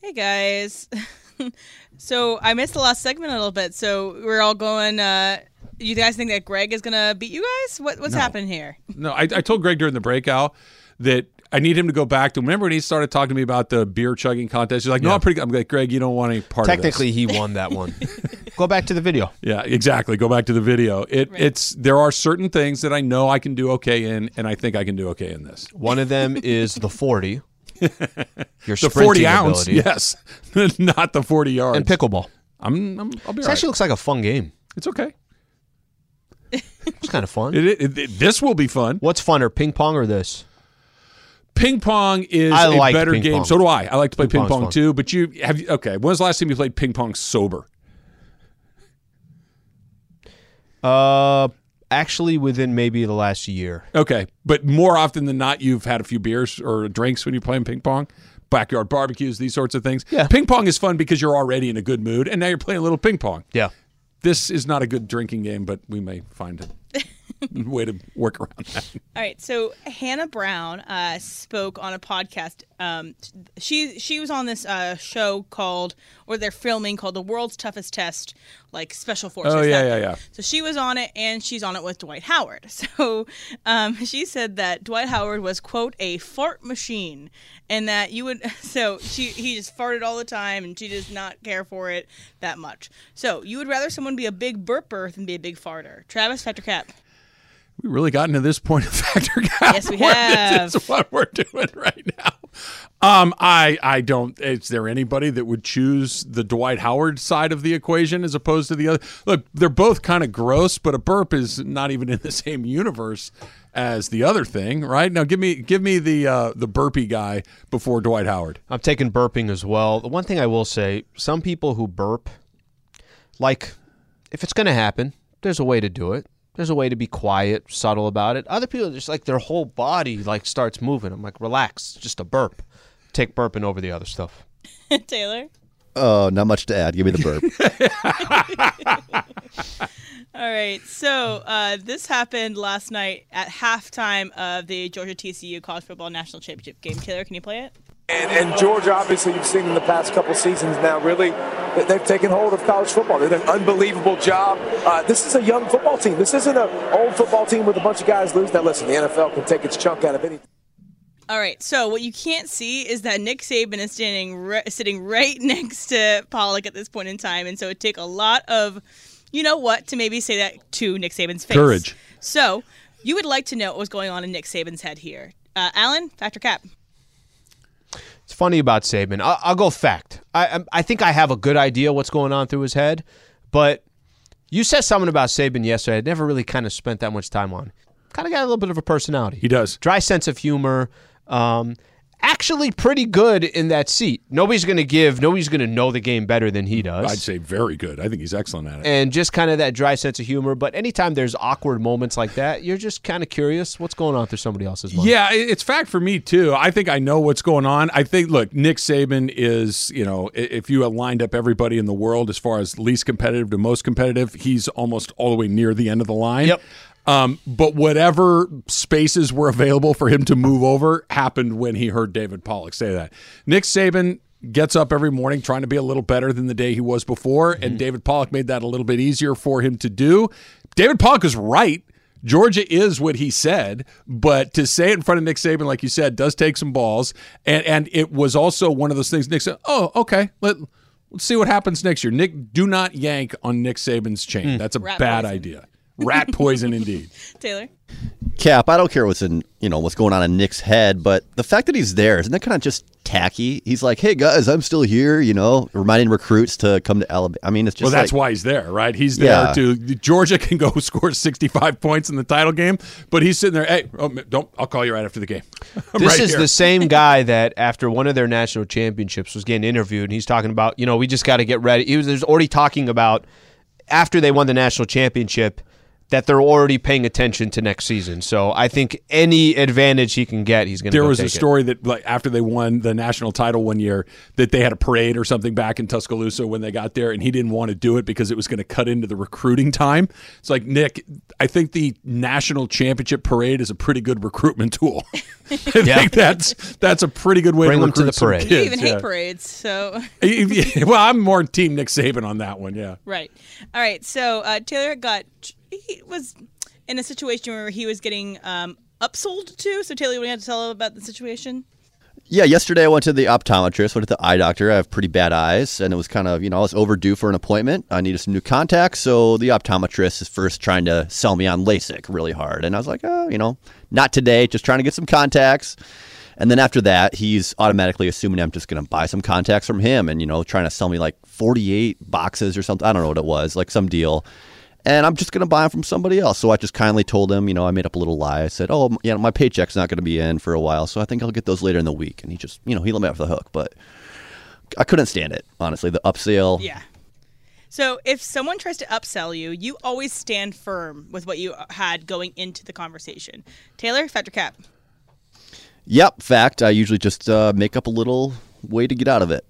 [SPEAKER 5] Hey guys. [laughs] so I missed the last segment a little bit. So we're all going. uh You guys think that Greg is gonna beat you guys? What what's happening here?
[SPEAKER 3] No, I, I told Greg during the break, Al, that I need him to go back to. Remember when he started talking to me about the beer chugging contest? He's like, no, I'm pretty good. I'm like, Greg, you don't want any part of this.
[SPEAKER 2] Technically, he won that
[SPEAKER 3] [laughs]
[SPEAKER 2] one. Go back to the video.
[SPEAKER 3] Yeah, exactly. Go back to the video. It it's there are certain things that I know I can do okay in, and I think I can do okay in this.
[SPEAKER 2] One of
[SPEAKER 3] [laughs]
[SPEAKER 2] them is the 40. Your
[SPEAKER 3] The
[SPEAKER 2] sprinting
[SPEAKER 3] forty ounce,
[SPEAKER 2] ability,
[SPEAKER 3] yes, [laughs] not the forty yards.
[SPEAKER 2] and pickleball.
[SPEAKER 3] I'm, I'm I'll be
[SPEAKER 2] This
[SPEAKER 3] all right.
[SPEAKER 2] actually looks like a fun game.
[SPEAKER 3] It's okay.
[SPEAKER 2] It's kind of fun.
[SPEAKER 3] It, it, it- this will be fun.
[SPEAKER 2] What's funner, ping pong or this?
[SPEAKER 3] Ping pong is
[SPEAKER 2] I
[SPEAKER 3] a
[SPEAKER 2] like
[SPEAKER 3] better
[SPEAKER 2] ping
[SPEAKER 3] game.
[SPEAKER 2] pong.
[SPEAKER 3] So do I. I like to play ping,
[SPEAKER 2] pong's
[SPEAKER 3] pong
[SPEAKER 2] fun.
[SPEAKER 3] too. But you have you, okay. When was the last time you played ping pong sober?
[SPEAKER 2] Uh, actually, within maybe the last year.
[SPEAKER 3] Okay, but more often than not, you've had a few beers or drinks when you're playing ping pong, backyard barbecues, these sorts of things.
[SPEAKER 2] Yeah.
[SPEAKER 3] ping pong is fun because you're already in a good mood, and now you're playing a little ping pong.
[SPEAKER 2] Yeah.
[SPEAKER 3] This is not a good drinking game, but we may find
[SPEAKER 5] [laughs]
[SPEAKER 3] a way to work around that.
[SPEAKER 5] All right, so Hannah Brown uh, spoke on a podcast. Um, she she was on this uh, show called, or they're filming called "The World's Toughest Test," like Special Forces.
[SPEAKER 3] Oh, yeah,
[SPEAKER 5] that
[SPEAKER 3] yeah,
[SPEAKER 5] thing.
[SPEAKER 3] yeah.
[SPEAKER 5] So she was on it, and she's on it with Dwight Howard. [laughs] So um, she said that Dwight Howard was quote a fart machine, and that you would [laughs] so she he just farted all the time, and she does not care for it that much. So you would rather someone be a big burper than be a big farter. Travis Factor Cap.
[SPEAKER 3] We really gotten to this point of factor gap.
[SPEAKER 5] Yes, we
[SPEAKER 3] [laughs] where
[SPEAKER 5] have.
[SPEAKER 3] This is what we're doing right now. Um, I I don't. Is there anybody that would choose the Dwight Howard side of the equation as opposed to the other? Look, they're both kind of gross, but a burp is not even in the same universe as the other thing, right? Now give me give me the uh, the burpee guy before Dwight Howard.
[SPEAKER 2] I'm taking burping as well. The one thing I will say, some people who burp, like, if it's going to happen, there's a way to do it. There's a way to be quiet, subtle about it. Other people just like their whole body like starts moving. I'm like, relax, just a burp. Take burping over the other stuff.
[SPEAKER 5] [laughs] Taylor.
[SPEAKER 4] Oh, not much to add. Give me the burp.
[SPEAKER 5] All right. So uh, this happened last night at halftime of the Georgia TCU college football national championship game. Taylor, can you play it?
[SPEAKER 8] And, and Georgia, obviously, you've seen in the past couple seasons now, really, that they've taken hold of college football. They did an unbelievable job. Uh, this is a young football team. This isn't an old football team with a bunch of guys losing. Now, listen, the NFL can take its chunk out of anything.
[SPEAKER 5] All right. So what you can't see is that Nick Saban is standing ri- sitting right [laughs] next to Pollock at this point in time, and so it would take a lot of, you know what, to maybe say that to Nick Saban's face.
[SPEAKER 3] Courage.
[SPEAKER 5] So you would like to know what was going on in Nick Saban's head here, uh, Alan. Factor cap.
[SPEAKER 2] It's funny about Saban. I, I'll go fact. I I'm- I think I have a good idea what's going on through his head, but you said something about Saban yesterday. I never really kind of spent that much time on. Kind of got a little bit of a personality. He
[SPEAKER 3] does.
[SPEAKER 2] Dry sense of humor. Um, actually, pretty good in that seat. Nobody's going to give. Nobody's going to know the game better than he does.
[SPEAKER 3] I'd say very good. I think he's excellent at it.
[SPEAKER 2] and just kind of that dry sense of humor. But anytime there's awkward moments like that, you're just kind of curious what's going on through somebody else's mind.
[SPEAKER 3] Yeah, i- it's fact for me too. I think I know what's going on. I think look, Nick Saban is, you know, i- if you lined up everybody in the world as far as least competitive to most competitive, he's almost all the way near the end of the line. Yep. Um, but whatever spaces were available for him to move over happened when he heard David Pollock say that. Nick Saban gets up every morning trying to be a little better than the day he was before, and David Pollock made that a little bit easier for him to do. David Pollock is right. Georgia is what he said, but to say it in front of Nick Saban, like you said, does take some balls. And and it was also one of those things. Nick said, "Oh, okay, let let's see what happens next year." Nick, do not yank on Nick Saban's chain. That's a
[SPEAKER 5] Rat
[SPEAKER 3] bad
[SPEAKER 5] poison.
[SPEAKER 3] idea. Rat
[SPEAKER 2] [laughs]
[SPEAKER 3] poison, indeed.
[SPEAKER 5] Taylor.
[SPEAKER 4] Cap, I don't care what's in you know what's going on in Nick's head, but the fact that he's there isn't that kind of just tacky? He's like, hey guys, I'm still here. You know, reminding recruits to come to Alabama. I mean, it's just
[SPEAKER 3] well, that's
[SPEAKER 4] like-
[SPEAKER 3] why he's there, right? He's there
[SPEAKER 4] Yeah.
[SPEAKER 3] to Georgia can go [laughs] score sixty-five points in the title game, but he's sitting there. Hey, oh, m- don't! I'll call you right after the game. [laughs] I'm
[SPEAKER 2] This
[SPEAKER 3] right
[SPEAKER 2] is
[SPEAKER 3] here."
[SPEAKER 2] the same
[SPEAKER 3] [laughs]
[SPEAKER 2] guy that after one of their national championships was getting interviewed, and he's talking about, you know, we just got to get ready. He was there's already talking about after they won the national championship that they're already paying attention to next season. So I think any advantage he can get, he's going to.
[SPEAKER 3] there was a story that like after they won the national title one year that they had a parade or something back in Tuscaloosa when they got there and he didn't want to do it because it was going to cut into the recruiting time. It's like Nick, I think the national championship parade is a pretty good recruitment tool. [laughs] I think that's that's a pretty good way
[SPEAKER 2] Bring
[SPEAKER 3] to
[SPEAKER 2] them to
[SPEAKER 3] recruit
[SPEAKER 2] the
[SPEAKER 3] some
[SPEAKER 2] parade.
[SPEAKER 5] You
[SPEAKER 3] kids,
[SPEAKER 5] even
[SPEAKER 3] yeah.
[SPEAKER 5] hate parades, so [laughs]
[SPEAKER 3] [laughs] well, I'm more team Nick Saban on that one, yeah.
[SPEAKER 5] Right. All right. So uh, Taylor got he was in a situation where he was getting um, upsold to. So Taylor, you want to have to tell about the situation?
[SPEAKER 4] Yeah, yesterday I went to the optometrist, went to the eye doctor. I have pretty bad eyes, and it was kind of, you know, I was overdue for an appointment. I needed some new contacts, so the optometrist is first trying to sell me on LASIK really hard. And I was like, oh, you know, not today, just trying to get some contacts. And then after that, he's automatically assuming I'm just going to buy some contacts from him and, you know, trying to sell me like 48 boxes or something. I don't know what it was, like some deal and I'm just going to buy them from somebody else. So I just kindly told him, you know, I made up a little lie. I said, oh, you know, my paycheck's not going to be in for a while, so I think I'll get those later in the week. And he just, you know, he let me off the hook, but I couldn't stand it, honestly. The upsell.
[SPEAKER 5] Yeah. So if someone tries to upsell you, you always stand firm with what you uh, had going into the conversation. Taylor, factor cap.
[SPEAKER 4] Yep, fact. I usually just uh, make up a little way to get out of it.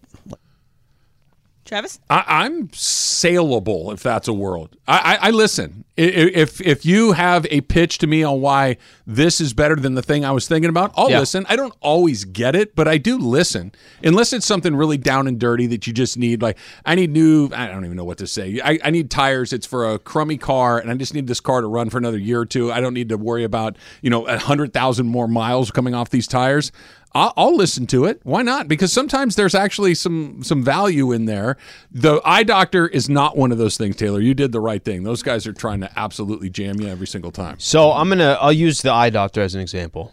[SPEAKER 5] Travis.
[SPEAKER 3] I, I'm saleable if that's a word. I, I, I listen. I- i- If if you have a pitch to me on why this is better than the thing I was thinking about, I'll
[SPEAKER 9] Yeah.
[SPEAKER 3] listen. I don't always get it, but I do listen. Unless it's something really down and dirty that you just need, like I need new. I don't even know what to say. I, I need tires. It's for a crummy car, and I just need this car to run for another year or two. I don't need to worry about you know a hundred thousand more miles coming off these tires. I'll, I'll listen to it. Why not? Because sometimes there's actually some some value in there. The eye doctor is not one of those things, Taylor. You did the right thing. Those guys are trying to absolutely jam you every single time.
[SPEAKER 2] So I'm gonna I'll use the eye doctor as an example.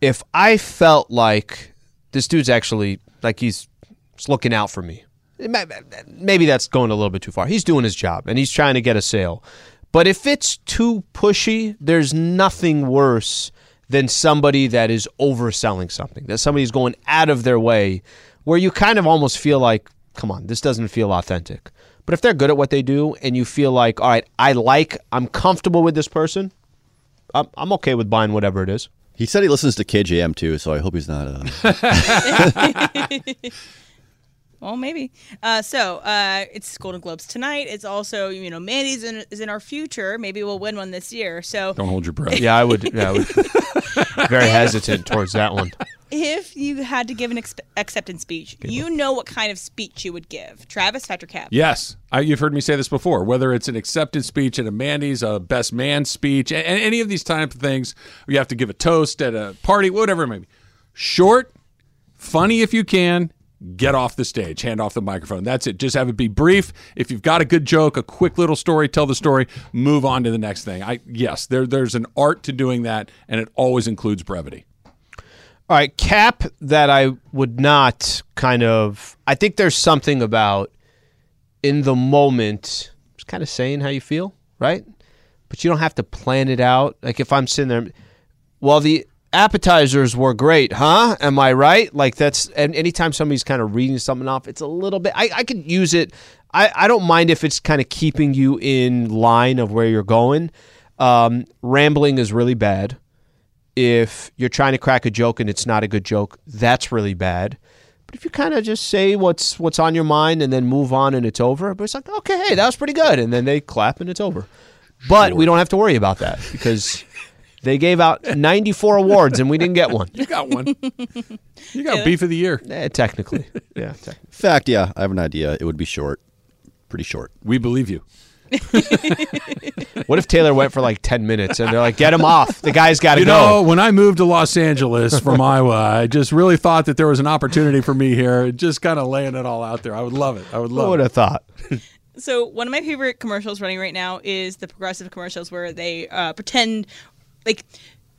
[SPEAKER 2] If I felt like this dude's actually like he's he's looking out for me, it ma- maybe that's going a little bit too far. He's doing his job and he's trying to get a sale. But if it's too pushy, there's nothing worse than somebody that is overselling something. That somebody's going out of their way, where you kind of almost feel like, come on, this doesn't feel authentic. But if they're good at what they do and you feel like, all right, I like, I'm comfortable with this person, I'm, I'm okay with buying whatever it is.
[SPEAKER 4] He said he listens to KJM too, so I hope he's not. Uh...
[SPEAKER 5] Well, maybe. Uh, so uh, it's Golden Globes tonight. It's also you know Mandy's in, is in our future. Maybe we'll win one this year. So
[SPEAKER 3] Don't hold your breath.
[SPEAKER 2] Yeah, I would. Yeah, I would very hesitant towards that one.
[SPEAKER 5] if you had to give an ex- acceptance speech, you know what kind of speech you would give. Travis Patrick Cap.
[SPEAKER 3] Yes, I, you've heard me say this before. Whether it's an acceptance speech at a Mandy's, a best man speech, and any of these type of things, you have to give a toast at a party, whatever it may be. Short, funny if you can. Get off the stage, hand off the microphone. That's it. Just have it be brief. If you've got a good joke, a quick little story, tell the story. Move on to the next thing. I yes, there there's an art to doing that, and it always includes brevity.
[SPEAKER 2] All right, cap that I would not kind of. I think there's something about in the moment, just kind of saying how you feel, right? But you don't have to plan it out. Like if I'm sitting there, well, the appetizers were great, huh? Am I right? Like that's. And anytime somebody's kind of reading something off, it's a little bit. I, I could use it. I, I don't mind if it's kind of keeping you in line of where you're going. Um, rambling is really bad if you're trying to crack a joke and it's not a good joke, that's really bad. But if you kind of just say what's what's on your mind and then move on and it's over, but it's like, okay, hey, that was pretty good, and then they clap and it's over. But we don't have to worry about that because they gave out 94 awards and we didn't get one.
[SPEAKER 3] You got one. You got
[SPEAKER 5] Yeah.
[SPEAKER 3] beef of the year.
[SPEAKER 2] Eh, technically, yeah. technically.
[SPEAKER 4] Fact, yeah, I have an idea. It would be short, pretty short.
[SPEAKER 3] We believe you.
[SPEAKER 2] What if Taylor went for like 10 minutes and they're like, get him off? The guy's got to
[SPEAKER 3] you
[SPEAKER 2] go.
[SPEAKER 3] know, when I moved to Los Angeles from [laughs] Iowa, I just really thought that there was an opportunity for me here. Just kind of laying it all out there. I would love it. I would
[SPEAKER 2] Who
[SPEAKER 3] love
[SPEAKER 2] would
[SPEAKER 3] it.
[SPEAKER 2] have thought?
[SPEAKER 5] So one of my favorite commercials running right now is the progressive commercials where they uh, pretend like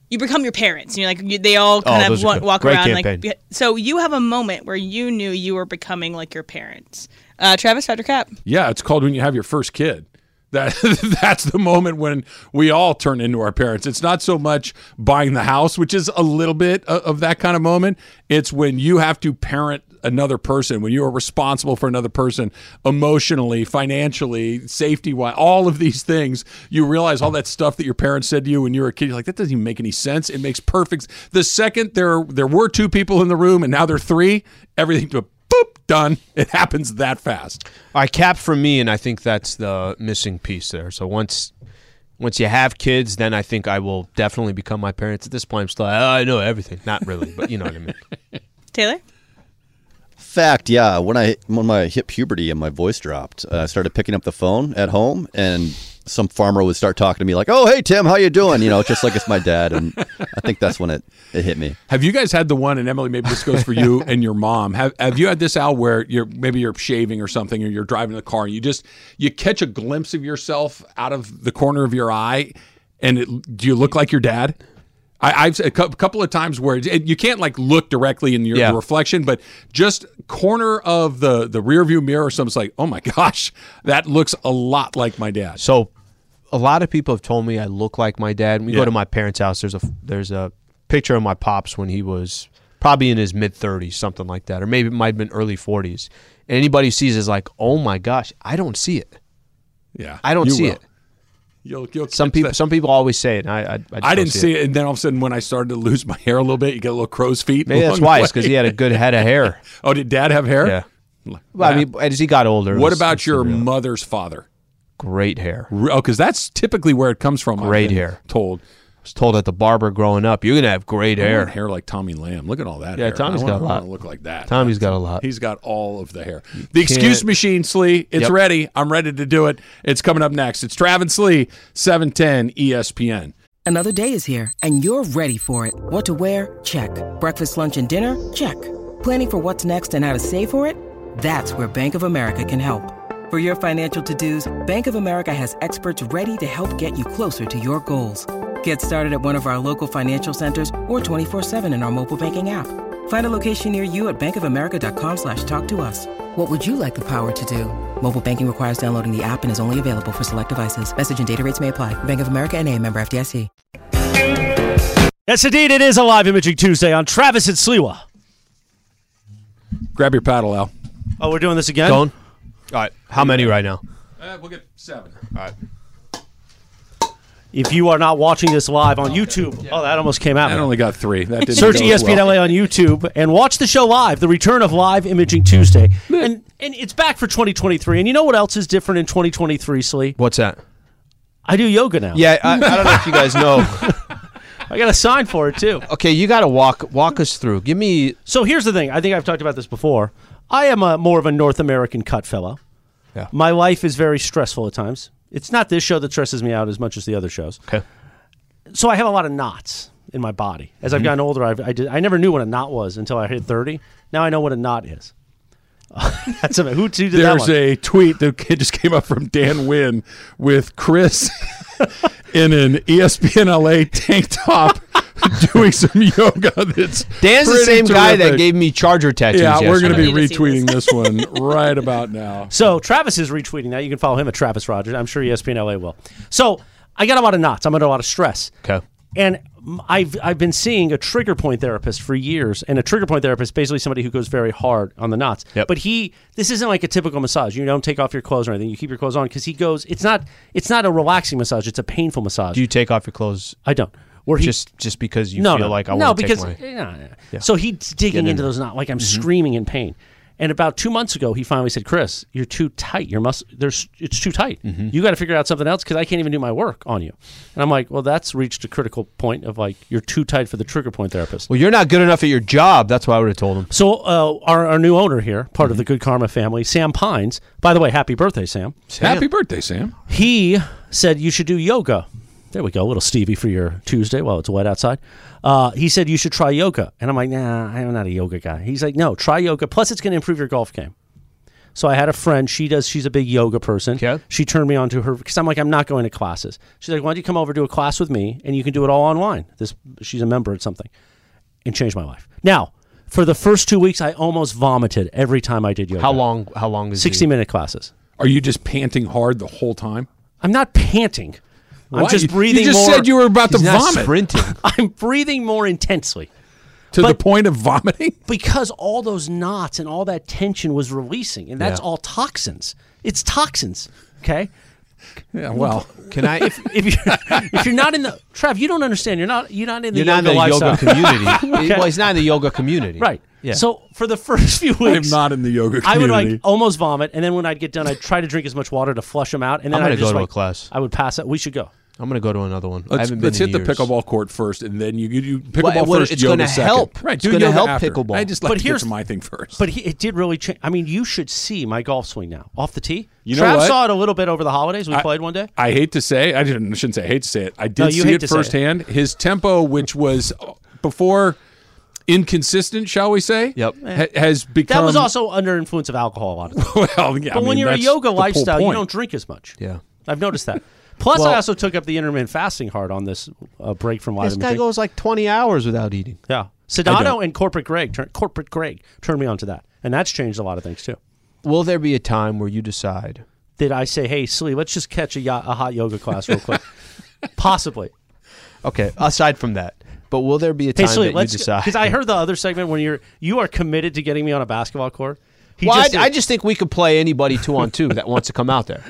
[SPEAKER 5] you become your parents. And you're like you, they
[SPEAKER 1] Oh,
[SPEAKER 5] all kind of
[SPEAKER 2] those are
[SPEAKER 5] wa-
[SPEAKER 2] good.
[SPEAKER 5] walk
[SPEAKER 2] Great
[SPEAKER 5] around like.
[SPEAKER 2] campaign.
[SPEAKER 5] be- So you have a moment where you knew you were becoming like your parents. Uh, Travis Patrick Cap.
[SPEAKER 3] Yeah, it's called when you have your first kid. That [laughs] that's the moment when we all turn into our parents. It's not so much buying the house, which is a little bit o- of that kind of moment. It's when you have to parent another person, when you are responsible for another person emotionally, financially, safety wise, all of these things. You realize all that stuff that your parents said to you when you were a kid. You're like, that doesn't even make any sense. It makes perfect. The second there there were two people in the room and now there are three, everything boop done. It happens that fast.
[SPEAKER 2] All right, cap for me, and I think that's the missing piece there. So once once you have kids, then I think I will definitely become my parents. At this point, I'm still like, oh, I know everything. Not really, but you know what I mean.
[SPEAKER 5] Taylor.
[SPEAKER 4] Fact, yeah. When I when I hit puberty and my voice dropped, uh, I started picking up the phone at home, and some farmer would start talking to me like, "Oh, hey Tim, how you doing?" You know, just like it's my dad. And I think that's when it, it hit me.
[SPEAKER 3] Have you guys had the one? And Emily, maybe this goes
[SPEAKER 2] [laughs]
[SPEAKER 3] for you and your mom. Have Have you had this out where you're maybe you're shaving or something, or you're driving the car, and you just you catch a glimpse of yourself out of the corner of your eye, and it, do you look like your dad? I, I've a cou- couple of times where it, you can't like look directly in your
[SPEAKER 2] Yeah.
[SPEAKER 3] reflection, but just corner of the the rear view mirror, or something's like, oh my [laughs] gosh, that looks a lot like my
[SPEAKER 2] [laughs]
[SPEAKER 3] dad.
[SPEAKER 2] So a lot of people have told me I look like my dad. When we
[SPEAKER 3] Yeah.
[SPEAKER 2] go to my parents' house, there's a there's a picture of my pops when he was probably in his mid 30s, something like that, or maybe it might have been early 40s. And anybody who sees it is like, oh my gosh, I don't see it.
[SPEAKER 3] Yeah,
[SPEAKER 2] I don't
[SPEAKER 3] you
[SPEAKER 2] see
[SPEAKER 3] will.
[SPEAKER 2] it.
[SPEAKER 3] You'll, you'll
[SPEAKER 2] Some
[SPEAKER 3] catch
[SPEAKER 2] people
[SPEAKER 3] that.
[SPEAKER 2] some people always say it. And I I, I, just
[SPEAKER 3] I
[SPEAKER 2] don't
[SPEAKER 3] didn't
[SPEAKER 2] it.
[SPEAKER 3] see it, and then all of a sudden, when I started to lose my [laughs] hair a little bit, you get a little crow's feet.
[SPEAKER 2] Maybe that's
[SPEAKER 3] along the
[SPEAKER 2] why. It's
[SPEAKER 3] way.
[SPEAKER 2] because he had a good head of hair.
[SPEAKER 3] [laughs] Oh, did Dad have hair?
[SPEAKER 2] Yeah. Well, I mean, as he got older, it
[SPEAKER 3] What
[SPEAKER 2] was-
[SPEAKER 3] about
[SPEAKER 2] it's
[SPEAKER 3] your
[SPEAKER 2] real-
[SPEAKER 3] mother's father?
[SPEAKER 2] great hair? I
[SPEAKER 3] Re- Oh, because that's typically where it comes from. I've
[SPEAKER 2] Great
[SPEAKER 3] been
[SPEAKER 2] hair.
[SPEAKER 3] Told
[SPEAKER 2] was told at the barber growing up, you're gonna have great
[SPEAKER 3] I want
[SPEAKER 2] hair.
[SPEAKER 3] hair like Tommy Lamb. Look at all that.
[SPEAKER 2] Yeah,
[SPEAKER 3] hair.
[SPEAKER 2] Tommy's
[SPEAKER 3] I wanna-
[SPEAKER 2] got a
[SPEAKER 3] I wanna
[SPEAKER 2] lot.
[SPEAKER 3] Look like that.
[SPEAKER 2] Tommy's got a lot.
[SPEAKER 3] He's got all of the hair. The excuse machine, Slee. It's
[SPEAKER 2] Yep.
[SPEAKER 3] ready. I'm ready to do it. It's coming up next. It's Travis Slee, seven ten E ESPN.
[SPEAKER 9] Another day is here, and you're ready for it. What to wear? Check. Breakfast, lunch, and dinner? Check. Planning for what's next and how to save for it? That's where Bank of America can help. For your financial to-dos, Bank of America has experts ready to help get you closer to your goals. Get started at one of our local financial centers or 24-7 in our mobile banking app. Find a location near you at bankofamerica.com slash talk to us. What would you like the power to do? Mobile banking requires downloading the app and is only available for select devices. Message and data rates may apply. Bank of America and a member FDIC.
[SPEAKER 1] Yes, indeed, it is a live imaging Tuesday on Travis and Sliwa.
[SPEAKER 3] Grab your paddle, Al.
[SPEAKER 1] Oh, we're doing this again.
[SPEAKER 2] Going? All right. How many right now?
[SPEAKER 3] Uh, we'll get seven.
[SPEAKER 2] All right.
[SPEAKER 1] If you are not watching this live on YouTube, oh, that almost came out.
[SPEAKER 3] That only got three. That didn't
[SPEAKER 1] Search E
[SPEAKER 3] go
[SPEAKER 2] E
[SPEAKER 3] as
[SPEAKER 1] ESPN
[SPEAKER 3] well.
[SPEAKER 1] LA on YouTube and watch the show live. The return of live imaging Tuesday, and and it's back for 2023. And you know what else is different in 2023, Slee?
[SPEAKER 2] What's that?
[SPEAKER 1] I do yoga now.
[SPEAKER 2] Yeah, I, I don't know if you guys know.
[SPEAKER 1] I got a sign for it too.
[SPEAKER 2] [laughs] Okay, you got to walk walk us through. Give me.
[SPEAKER 1] So here's the thing. I think I've talked about this before. I am a more of a North American cut fellow.
[SPEAKER 2] Yeah.
[SPEAKER 1] My life is very stressful at times. It's not this show that stresses me out as much as the other shows.
[SPEAKER 2] Okay.
[SPEAKER 1] So I have a lot of knots in my body. As I've
[SPEAKER 2] Mhm.
[SPEAKER 1] gotten older, I've, I did. I never knew what a knot was until I hit thirty. Now I know what a knot is. [laughs] That's a, who, who did that
[SPEAKER 3] There's
[SPEAKER 1] one?
[SPEAKER 3] a tweet that ca- just came up from Dan Wynn with Chris [laughs] in an E ESPN LA tank top [laughs] doing some yoga. That's
[SPEAKER 2] Dan's the
[SPEAKER 3] pretty
[SPEAKER 2] same guy that
[SPEAKER 3] terrific.
[SPEAKER 2] gave me charger tattoos.
[SPEAKER 3] Yeah, we're going to be
[SPEAKER 2] yesterday.
[SPEAKER 3] retweeting this one right
[SPEAKER 2] [laughs]
[SPEAKER 3] about now.
[SPEAKER 1] So Travis is retweeting that. You can follow him at Travis Rogers. I'm sure E ESPN LA will. So I got a lot of knots. I'm under a lot of stress.
[SPEAKER 2] Okay.
[SPEAKER 1] And m- I've I've been seeing a trigger point therapist for years, and a trigger point therapist is basically somebody who goes very hard on the knots. But he, this isn't like a typical massage. You don't take off your clothes or anything. You keep your clothes on because he goes. It's not it's not a relaxing massage. It's a painful massage.
[SPEAKER 2] Do you take off your clothes?
[SPEAKER 1] I don't. Where he
[SPEAKER 2] just just because you
[SPEAKER 1] no,
[SPEAKER 2] feel
[SPEAKER 1] no,
[SPEAKER 2] like I
[SPEAKER 1] no,
[SPEAKER 2] want to
[SPEAKER 1] because
[SPEAKER 2] take my.
[SPEAKER 1] yeah, yeah.
[SPEAKER 2] Yeah.
[SPEAKER 1] So he's digging
[SPEAKER 2] Get in
[SPEAKER 1] into
[SPEAKER 2] there.
[SPEAKER 1] those knots like I'm
[SPEAKER 2] Mhm.
[SPEAKER 1] screaming in pain. And about two months ago, he finally said, "Chris, you're too tight. Your mus- there's it's too tight.
[SPEAKER 2] Mm-hmm.
[SPEAKER 1] You got to figure out something else because I can't even do my work on you." And I'm like, "Well, that's reached a critical point of like you're too tight for the trigger point therapist."
[SPEAKER 2] Well, you're not good enough at your job. That's what I would have told him.
[SPEAKER 1] So uh, our our new owner here, part
[SPEAKER 2] Mm-hmm.
[SPEAKER 1] of the Good Karma family, Sam Pines. By the way, happy birthday, Sam.
[SPEAKER 3] Happy birthday, Sam.
[SPEAKER 1] He said you should do yoga. There we go, little Stevie for your Tuesday while it's wet outside. Uh, he said you should try yoga, and I'm like, nah, I'm not a yoga guy. He's like, no, try yoga. Plus, it's going to improve your golf game. So I had a friend. She does. She's a big yoga person. She turned me on to her because I'm like, I'm not going to classes. She's like, why don't you come over do a class with me, and you can do it all online. This she's a member at something, and changed my life. Now, for the first two weeks, I almost vomited every time I did yoga.
[SPEAKER 2] How long? How long is
[SPEAKER 1] 60 minute classes.
[SPEAKER 3] Are you just panting hard the whole time?
[SPEAKER 1] I'm not panting. I'm
[SPEAKER 3] What?
[SPEAKER 1] just
[SPEAKER 3] You- you
[SPEAKER 1] breathing.
[SPEAKER 3] just
[SPEAKER 1] more-
[SPEAKER 3] said you were about to He's not vomit. [laughs] sprinting.
[SPEAKER 1] I'm breathing more intensely.
[SPEAKER 3] To the point of vomiting? [laughs]
[SPEAKER 1] Because all those knots and all that tension was releasing, and that's
[SPEAKER 3] Yeah.
[SPEAKER 1] all toxins. It's toxins. Okay. Yeah.
[SPEAKER 3] well.
[SPEAKER 2] Can I-
[SPEAKER 1] If, if you're [laughs] if you're not in the Trav, you don't understand. You're not you're not in the
[SPEAKER 2] You're not in
[SPEAKER 1] yoga
[SPEAKER 2] the yoga
[SPEAKER 1] lifestyle.
[SPEAKER 2] community.
[SPEAKER 1] Okay.
[SPEAKER 2] Well, he's not in the yoga community.
[SPEAKER 1] Right.
[SPEAKER 2] Yeah.
[SPEAKER 1] So for the first few
[SPEAKER 3] [laughs] I am
[SPEAKER 1] weeks,
[SPEAKER 3] not in the yoga
[SPEAKER 1] I would like
[SPEAKER 3] community.
[SPEAKER 1] almost vomit, and then when I'd get done, I'd try to drink as much water to flush them out, and then
[SPEAKER 2] I'm
[SPEAKER 1] I'd
[SPEAKER 2] gonna
[SPEAKER 1] just
[SPEAKER 2] go to
[SPEAKER 1] like-
[SPEAKER 2] a class.
[SPEAKER 1] I would pass it. We should go.
[SPEAKER 2] I'm going to go to another one. I
[SPEAKER 3] Let's,
[SPEAKER 2] haven't been
[SPEAKER 3] let's
[SPEAKER 2] in
[SPEAKER 3] hit the
[SPEAKER 2] years.
[SPEAKER 3] pickleball court first, and then you you, you
[SPEAKER 2] Well,
[SPEAKER 3] pickleball
[SPEAKER 2] well,
[SPEAKER 3] first.
[SPEAKER 2] it's
[SPEAKER 3] yoga
[SPEAKER 2] gonna
[SPEAKER 3] second.
[SPEAKER 2] help.
[SPEAKER 3] Right?
[SPEAKER 2] It's
[SPEAKER 3] Do
[SPEAKER 2] gonna
[SPEAKER 3] yoga
[SPEAKER 2] help
[SPEAKER 3] after.
[SPEAKER 2] pickleball.
[SPEAKER 3] I just like
[SPEAKER 1] But
[SPEAKER 3] to get
[SPEAKER 1] here's-
[SPEAKER 3] to my thing first.
[SPEAKER 1] But he, it did really change. I mean, you should see my golf swing now off the tee.
[SPEAKER 3] You know
[SPEAKER 1] Trav
[SPEAKER 3] what?
[SPEAKER 1] saw it a little bit over the holidays. We played one day.
[SPEAKER 3] I hate to say, I didn't I shouldn't say I hate to say it. I did
[SPEAKER 1] No, you
[SPEAKER 3] see
[SPEAKER 1] hate
[SPEAKER 3] it
[SPEAKER 1] to say it.
[SPEAKER 3] firsthand. His tempo, which was before inconsistent, shall we say? Yep, ha- has become
[SPEAKER 1] that was also under influence of alcohol a lot of times.
[SPEAKER 3] [laughs] well. Yeah,
[SPEAKER 1] but
[SPEAKER 3] I mean,
[SPEAKER 1] when you're a
[SPEAKER 3] that's
[SPEAKER 1] yoga
[SPEAKER 3] the whole
[SPEAKER 1] lifestyle, you
[SPEAKER 3] point.
[SPEAKER 1] don't drink as much.
[SPEAKER 2] Yeah.
[SPEAKER 1] I've noticed that. Plus,
[SPEAKER 2] Well-
[SPEAKER 1] I also took up the intermittent fasting hard on this uh, break from live
[SPEAKER 2] This guy
[SPEAKER 1] imaging.
[SPEAKER 2] goes like 20 hours without eating.
[SPEAKER 1] yeah,
[SPEAKER 2] I
[SPEAKER 1] Sedano
[SPEAKER 2] don't.
[SPEAKER 1] and corporate Greg, turn, corporate Greg, turned me on to that, and that's changed a lot of things too.
[SPEAKER 2] Will there be a time where you decide?
[SPEAKER 1] Did I say, hey, Slee, let's just catch a, yo- a hot yoga class real
[SPEAKER 3] [laughs]
[SPEAKER 1] quick? Possibly.
[SPEAKER 2] Okay, aside from that, but will there be a time
[SPEAKER 1] hey, Slee,
[SPEAKER 2] that
[SPEAKER 1] let's
[SPEAKER 2] you decide?
[SPEAKER 1] because I heard the other segment when you're you are committed to getting me on a basketball court. He
[SPEAKER 2] well,
[SPEAKER 1] just
[SPEAKER 2] I, I just think we could play anybody two on two that wants to come
[SPEAKER 1] [laughs]
[SPEAKER 2] out there.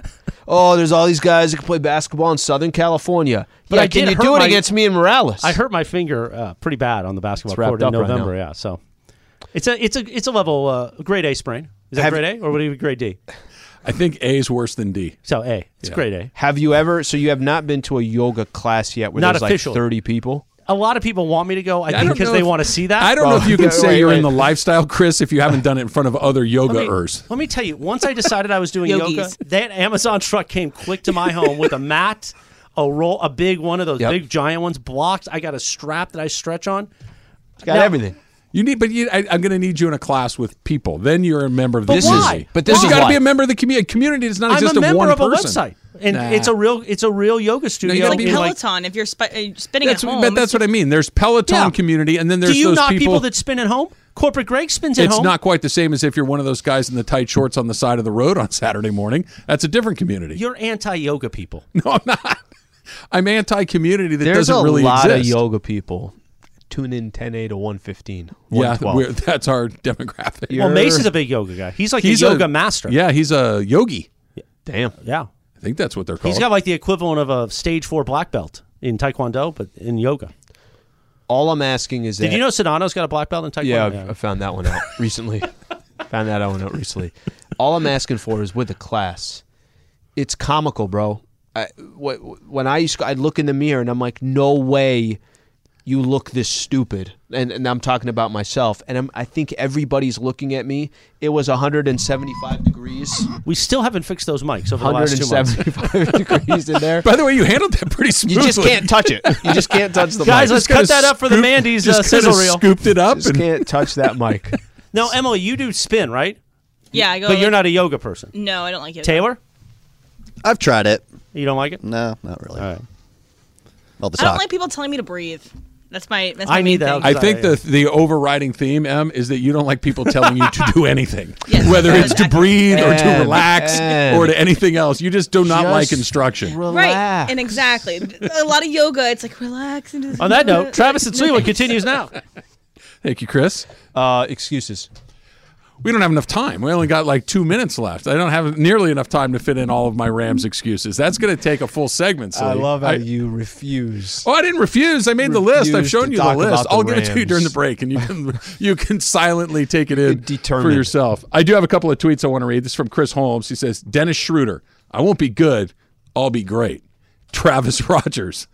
[SPEAKER 2] Oh, there's all these guys that can play basketball in Southern California.
[SPEAKER 1] But
[SPEAKER 2] yeah,
[SPEAKER 1] I
[SPEAKER 2] can
[SPEAKER 1] did
[SPEAKER 2] you
[SPEAKER 1] hurt
[SPEAKER 2] do it
[SPEAKER 1] my-
[SPEAKER 2] against me and Morales?
[SPEAKER 1] I hurt my finger uh, pretty bad on the basketball
[SPEAKER 2] It's wrapped
[SPEAKER 1] court in
[SPEAKER 2] up right
[SPEAKER 1] November.
[SPEAKER 2] now.
[SPEAKER 1] yeah, so it's a it's a it's a level uh, grade A sprain. Is that
[SPEAKER 2] Have-
[SPEAKER 1] grade A or would it be grade D?
[SPEAKER 3] I think A is worse than D.
[SPEAKER 1] So A, it's grade A.
[SPEAKER 2] Have you ever? So you have not been to a yoga class yet where
[SPEAKER 1] Not
[SPEAKER 2] there's
[SPEAKER 1] officially.
[SPEAKER 2] like 30 people?
[SPEAKER 1] A lot of people want me to go. I
[SPEAKER 3] Yeah,
[SPEAKER 1] think
[SPEAKER 3] don't
[SPEAKER 1] because
[SPEAKER 3] know
[SPEAKER 1] they
[SPEAKER 3] if-
[SPEAKER 1] want to see that.
[SPEAKER 3] I don't know if you
[SPEAKER 1] [laughs]
[SPEAKER 3] can
[SPEAKER 2] Wait,
[SPEAKER 3] say
[SPEAKER 2] wait,
[SPEAKER 3] you're
[SPEAKER 2] wait.
[SPEAKER 3] in the lifestyle, Chris, if you haven't done it in front of other yogaers.
[SPEAKER 1] Let me tell you. Once I decided I was doing
[SPEAKER 3] Yogis.
[SPEAKER 1] yoga, that Amazon truck came quick to my home with a mat, a roll, a big one of those
[SPEAKER 3] Yep.
[SPEAKER 1] big giant ones, blocks. I got a strap that I stretch on. It's
[SPEAKER 3] got everything. You need, but you, I, I'm going to need you in a class with people. Then you're a member of the
[SPEAKER 1] But This is-
[SPEAKER 3] community.
[SPEAKER 1] why? but this
[SPEAKER 3] you
[SPEAKER 1] is
[SPEAKER 3] got to
[SPEAKER 1] why.
[SPEAKER 3] be a member of the community. Community does not
[SPEAKER 1] I'm
[SPEAKER 3] exist
[SPEAKER 1] a member
[SPEAKER 3] one
[SPEAKER 1] of a
[SPEAKER 3] person.
[SPEAKER 1] website, and
[SPEAKER 3] Nah.
[SPEAKER 1] it's a real it's a real yoga studio.
[SPEAKER 5] It's like
[SPEAKER 1] where, like,
[SPEAKER 5] Peloton. if you're spi- uh, spinning
[SPEAKER 3] That's,
[SPEAKER 5] at home,
[SPEAKER 3] but that's what I mean. There's Peloton community, and then there's
[SPEAKER 1] Do you
[SPEAKER 3] those
[SPEAKER 1] not
[SPEAKER 3] people.
[SPEAKER 1] that spin at home? Corporate Greg spins at
[SPEAKER 3] it's
[SPEAKER 1] home.
[SPEAKER 3] not quite the same as if you're one of those guys in the tight shorts on the side of the road on [laughs] Saturday morning. That's a different community. [laughs]
[SPEAKER 1] You're anti yoga people.
[SPEAKER 3] No, I'm not. I'm anti community that
[SPEAKER 2] There's
[SPEAKER 3] doesn't
[SPEAKER 2] a
[SPEAKER 3] really
[SPEAKER 2] lot
[SPEAKER 3] exist.
[SPEAKER 2] of yoga people tune in 10A to 115.
[SPEAKER 3] Yeah,
[SPEAKER 2] 112.
[SPEAKER 3] we're, [laughs] that's our demographic.
[SPEAKER 1] Oh,
[SPEAKER 2] Well, Mace is a
[SPEAKER 1] big yoga guy. He's like a yoga master.
[SPEAKER 3] Yeah, he's a yogi.
[SPEAKER 1] Damn. Yeah.
[SPEAKER 3] I think that's what they're called.
[SPEAKER 1] He's got like the equivalent of a stage four black belt in Taekwondo, but in yoga.
[SPEAKER 2] All I'm asking is
[SPEAKER 1] Did
[SPEAKER 2] that-
[SPEAKER 1] you know Sedano's got a black belt in Taekwondo?
[SPEAKER 2] Yeah, I've- I found that one out recently.
[SPEAKER 1] [laughs]
[SPEAKER 2] found that one out recently. All I'm asking for is with the class. It's comical, bro. I, wh- when I used to, I'd look in the mirror and I'm like, no way, you look this stupid. And, and I'm talking about myself. And I'm, I think everybody's looking at me. It was 175 degrees.
[SPEAKER 1] We still haven't fixed those mics over the last two months.
[SPEAKER 2] 175
[SPEAKER 1] [laughs]
[SPEAKER 2] degrees in there.
[SPEAKER 3] By the way, you handled that pretty
[SPEAKER 2] You just
[SPEAKER 3] smoothly.
[SPEAKER 2] can't touch it. You just can't touch the
[SPEAKER 1] Guys,
[SPEAKER 2] mic.
[SPEAKER 1] let's cut that up for the Mandy's uh, sizzle reel.
[SPEAKER 3] it up.
[SPEAKER 2] Just can't touch that mic.
[SPEAKER 1] No, Emily, you do spin, right?
[SPEAKER 5] Yeah, I go.
[SPEAKER 1] but you're
[SPEAKER 5] like-
[SPEAKER 1] not a yoga person.
[SPEAKER 5] No, I don't like it.
[SPEAKER 1] Taylor,
[SPEAKER 4] I've tried it.
[SPEAKER 1] You don't like it?
[SPEAKER 4] No, not really. All
[SPEAKER 1] right.
[SPEAKER 4] Well, the
[SPEAKER 5] I don't
[SPEAKER 4] sock.
[SPEAKER 5] like people telling me to breathe. That's my. That's
[SPEAKER 1] I
[SPEAKER 5] my
[SPEAKER 1] need
[SPEAKER 5] main
[SPEAKER 1] that
[SPEAKER 5] thing.
[SPEAKER 3] I think the the overriding theme, Em, is that you don't like people telling you to
[SPEAKER 2] [laughs]
[SPEAKER 3] do anything, whether it's to breathe or to
[SPEAKER 4] Em,
[SPEAKER 3] relax
[SPEAKER 4] Em.
[SPEAKER 3] or to anything else. You just do not like
[SPEAKER 4] Just
[SPEAKER 3] instruction.
[SPEAKER 5] Right, and exactly. a lot of yoga, it's like relax. And
[SPEAKER 1] On that note, Travis and Sliwa continues now.
[SPEAKER 3] Thank you, Chris.
[SPEAKER 2] Uh, excuses.
[SPEAKER 3] We don't have enough time. We only got like two minutes left. I don't have nearly enough time to fit in all of my Rams excuses. That's going to take a full segment.
[SPEAKER 2] I
[SPEAKER 3] Slee.
[SPEAKER 2] love how you refuse.
[SPEAKER 3] Oh, I didn't refuse. I made the list. I've
[SPEAKER 2] Refuse
[SPEAKER 3] shown
[SPEAKER 2] to
[SPEAKER 3] you the
[SPEAKER 2] talk about
[SPEAKER 3] list.
[SPEAKER 2] the
[SPEAKER 3] I'll give it to you
[SPEAKER 2] Rams.
[SPEAKER 3] during the break, and you can [laughs] you can silently take it in for
[SPEAKER 2] Determined.
[SPEAKER 3] yourself. I do have a couple of tweets I want to read. This is from Chris Holmes. He says, "Dennis Schroeder, I won't be good. I'll be great." [laughs] Travis Rogers.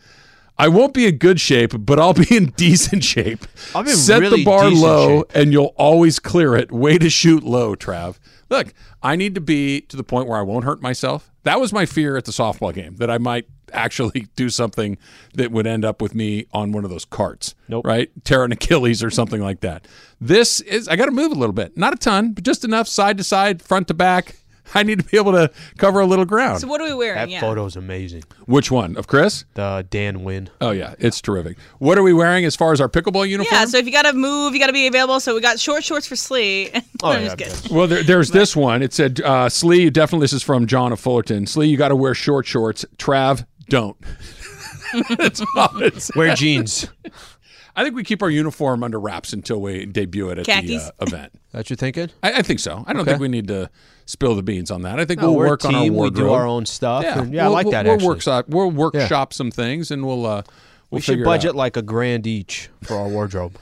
[SPEAKER 3] I won't be in good shape, but I'll be in [laughs] decent shape.
[SPEAKER 2] I'm in
[SPEAKER 3] Set
[SPEAKER 2] really
[SPEAKER 3] the bar
[SPEAKER 2] decent
[SPEAKER 3] low, and you'll always clear it. Way to shoot low, Trav. Look, I need to be to the point where I won't hurt myself. That was my fear at the softball game that I might actually [laughs] do something that would end up with me on one of those carts. Nope. Right? Tear an Achilles or something like that. This is, I got to move a little bit. Not a ton, but just enough side to side, front to back. I need to be able to cover a little ground.
[SPEAKER 5] So what are we wearing?
[SPEAKER 2] That
[SPEAKER 5] yeah.
[SPEAKER 2] photo's amazing.
[SPEAKER 3] Which one? Of Chris?
[SPEAKER 2] The Dan Win.
[SPEAKER 3] Oh, yeah. It's terrific. What are we wearing as far as our pickleball uniform?
[SPEAKER 5] Yeah, so if you gotta move, you gotta be available. So we got short shorts for Slee. [laughs]
[SPEAKER 3] Oh,
[SPEAKER 5] I'm
[SPEAKER 3] yeah,
[SPEAKER 5] just kidding.
[SPEAKER 3] Well, there, there's this one. It said, uh, Slee, you definitely, this is from John of Fullerton. Slee, you got to wear short shorts. Trav, don't. That's all it says.
[SPEAKER 2] [laughs] Wear jeans.
[SPEAKER 3] I think we keep our uniform under wraps until we debut it at
[SPEAKER 2] Khakis.
[SPEAKER 3] the uh, event.
[SPEAKER 2] That you're thinking?
[SPEAKER 3] I, I think so. I don't
[SPEAKER 2] Okay.
[SPEAKER 3] think we need to spill the beans on that. I think
[SPEAKER 2] No,
[SPEAKER 3] we'll
[SPEAKER 2] we're a
[SPEAKER 3] work on our
[SPEAKER 2] team. We
[SPEAKER 3] wardrobe.
[SPEAKER 2] do our own stuff,
[SPEAKER 3] Yeah,
[SPEAKER 2] and yeah, I
[SPEAKER 3] we'll-
[SPEAKER 2] like
[SPEAKER 3] we'll-
[SPEAKER 2] that,
[SPEAKER 3] We'll
[SPEAKER 2] actually.
[SPEAKER 3] workshop, we'll
[SPEAKER 2] Yeah.
[SPEAKER 3] workshop some things, and we'll uh, we'll
[SPEAKER 2] we should
[SPEAKER 3] figure it out. [laughs]
[SPEAKER 2] budget like a grand each for our [laughs] wardrobe.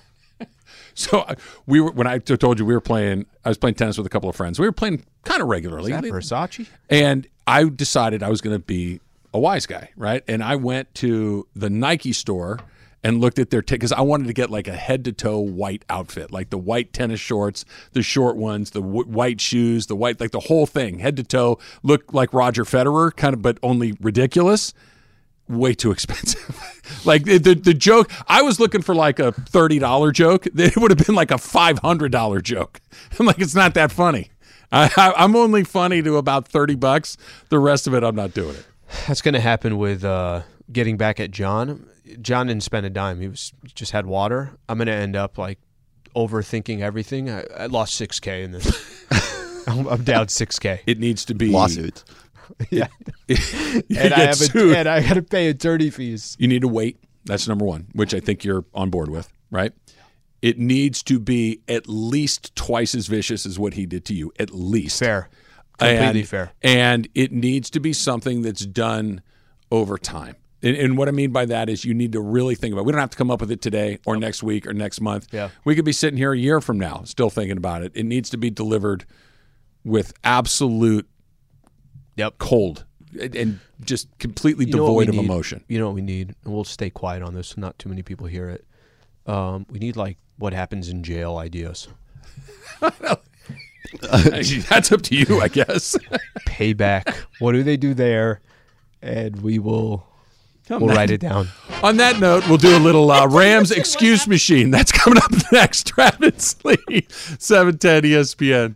[SPEAKER 3] So uh, we were when I t- told you we were playing. I was playing tennis with a couple of friends. We were playing kind of regularly.
[SPEAKER 2] Is that Versace?
[SPEAKER 3] And I decided I was going to be a wise guy, right? And I went to the Nike store and looked at their because I wanted to get like a head to toe white outfit, like the white tennis shorts, the short ones, the w- white shoes, the white like the whole thing, head to toe, look like Roger Federer, kind of, but only ridiculous way too expensive. [laughs] like the, the the joke, I was looking for like a thirty dollar joke. [laughs] It would have been like a five hundred dollar joke. [laughs] I'm like, it's not that funny. [laughs] I, I, I'm only funny to about thirty bucks. The rest of it, I'm not doing it.
[SPEAKER 2] That's going to happen with uh, getting back at John. John didn't spend a dime. He was just had water. I'm going to end up like overthinking everything. I, I lost six k in [laughs] this. I'm, I'm down six k.
[SPEAKER 3] It needs to be
[SPEAKER 4] lawsuits.
[SPEAKER 2] [laughs] Yeah,
[SPEAKER 3] [laughs] You
[SPEAKER 2] and I
[SPEAKER 3] get
[SPEAKER 2] have
[SPEAKER 3] sued.
[SPEAKER 2] a, and I got to pay attorney fees.
[SPEAKER 3] You need to wait. That's number one, which I think you're on board with, right? It needs to be at least twice as vicious as what he did to you. At least
[SPEAKER 2] Fair, completely
[SPEAKER 3] And-
[SPEAKER 2] fair.
[SPEAKER 3] And it needs to be something that's done over time. And, and what I mean by that is you need to really think about it. We don't have to come up with it today or next week or next month.
[SPEAKER 2] Yeah.
[SPEAKER 3] We could be sitting here a year from now still thinking about it. It needs to be delivered with absolute
[SPEAKER 2] Yep.
[SPEAKER 3] cold and, and just completely
[SPEAKER 2] You know what we
[SPEAKER 3] devoid of
[SPEAKER 2] need?
[SPEAKER 3] emotion. [laughs]
[SPEAKER 2] You know what we need, and we'll stay quiet on this. So not too many people hear it. Um, we need like what happens in jail ideas.
[SPEAKER 3] That's up to you, I guess. [laughs]
[SPEAKER 2] Payback. what do they do there? And we will.
[SPEAKER 3] Oh,
[SPEAKER 2] we'll write it down.
[SPEAKER 3] On that note, we'll do a little uh, Rams [laughs] E excuse machine. That's coming up next. Travis Lee, 710 ESPN.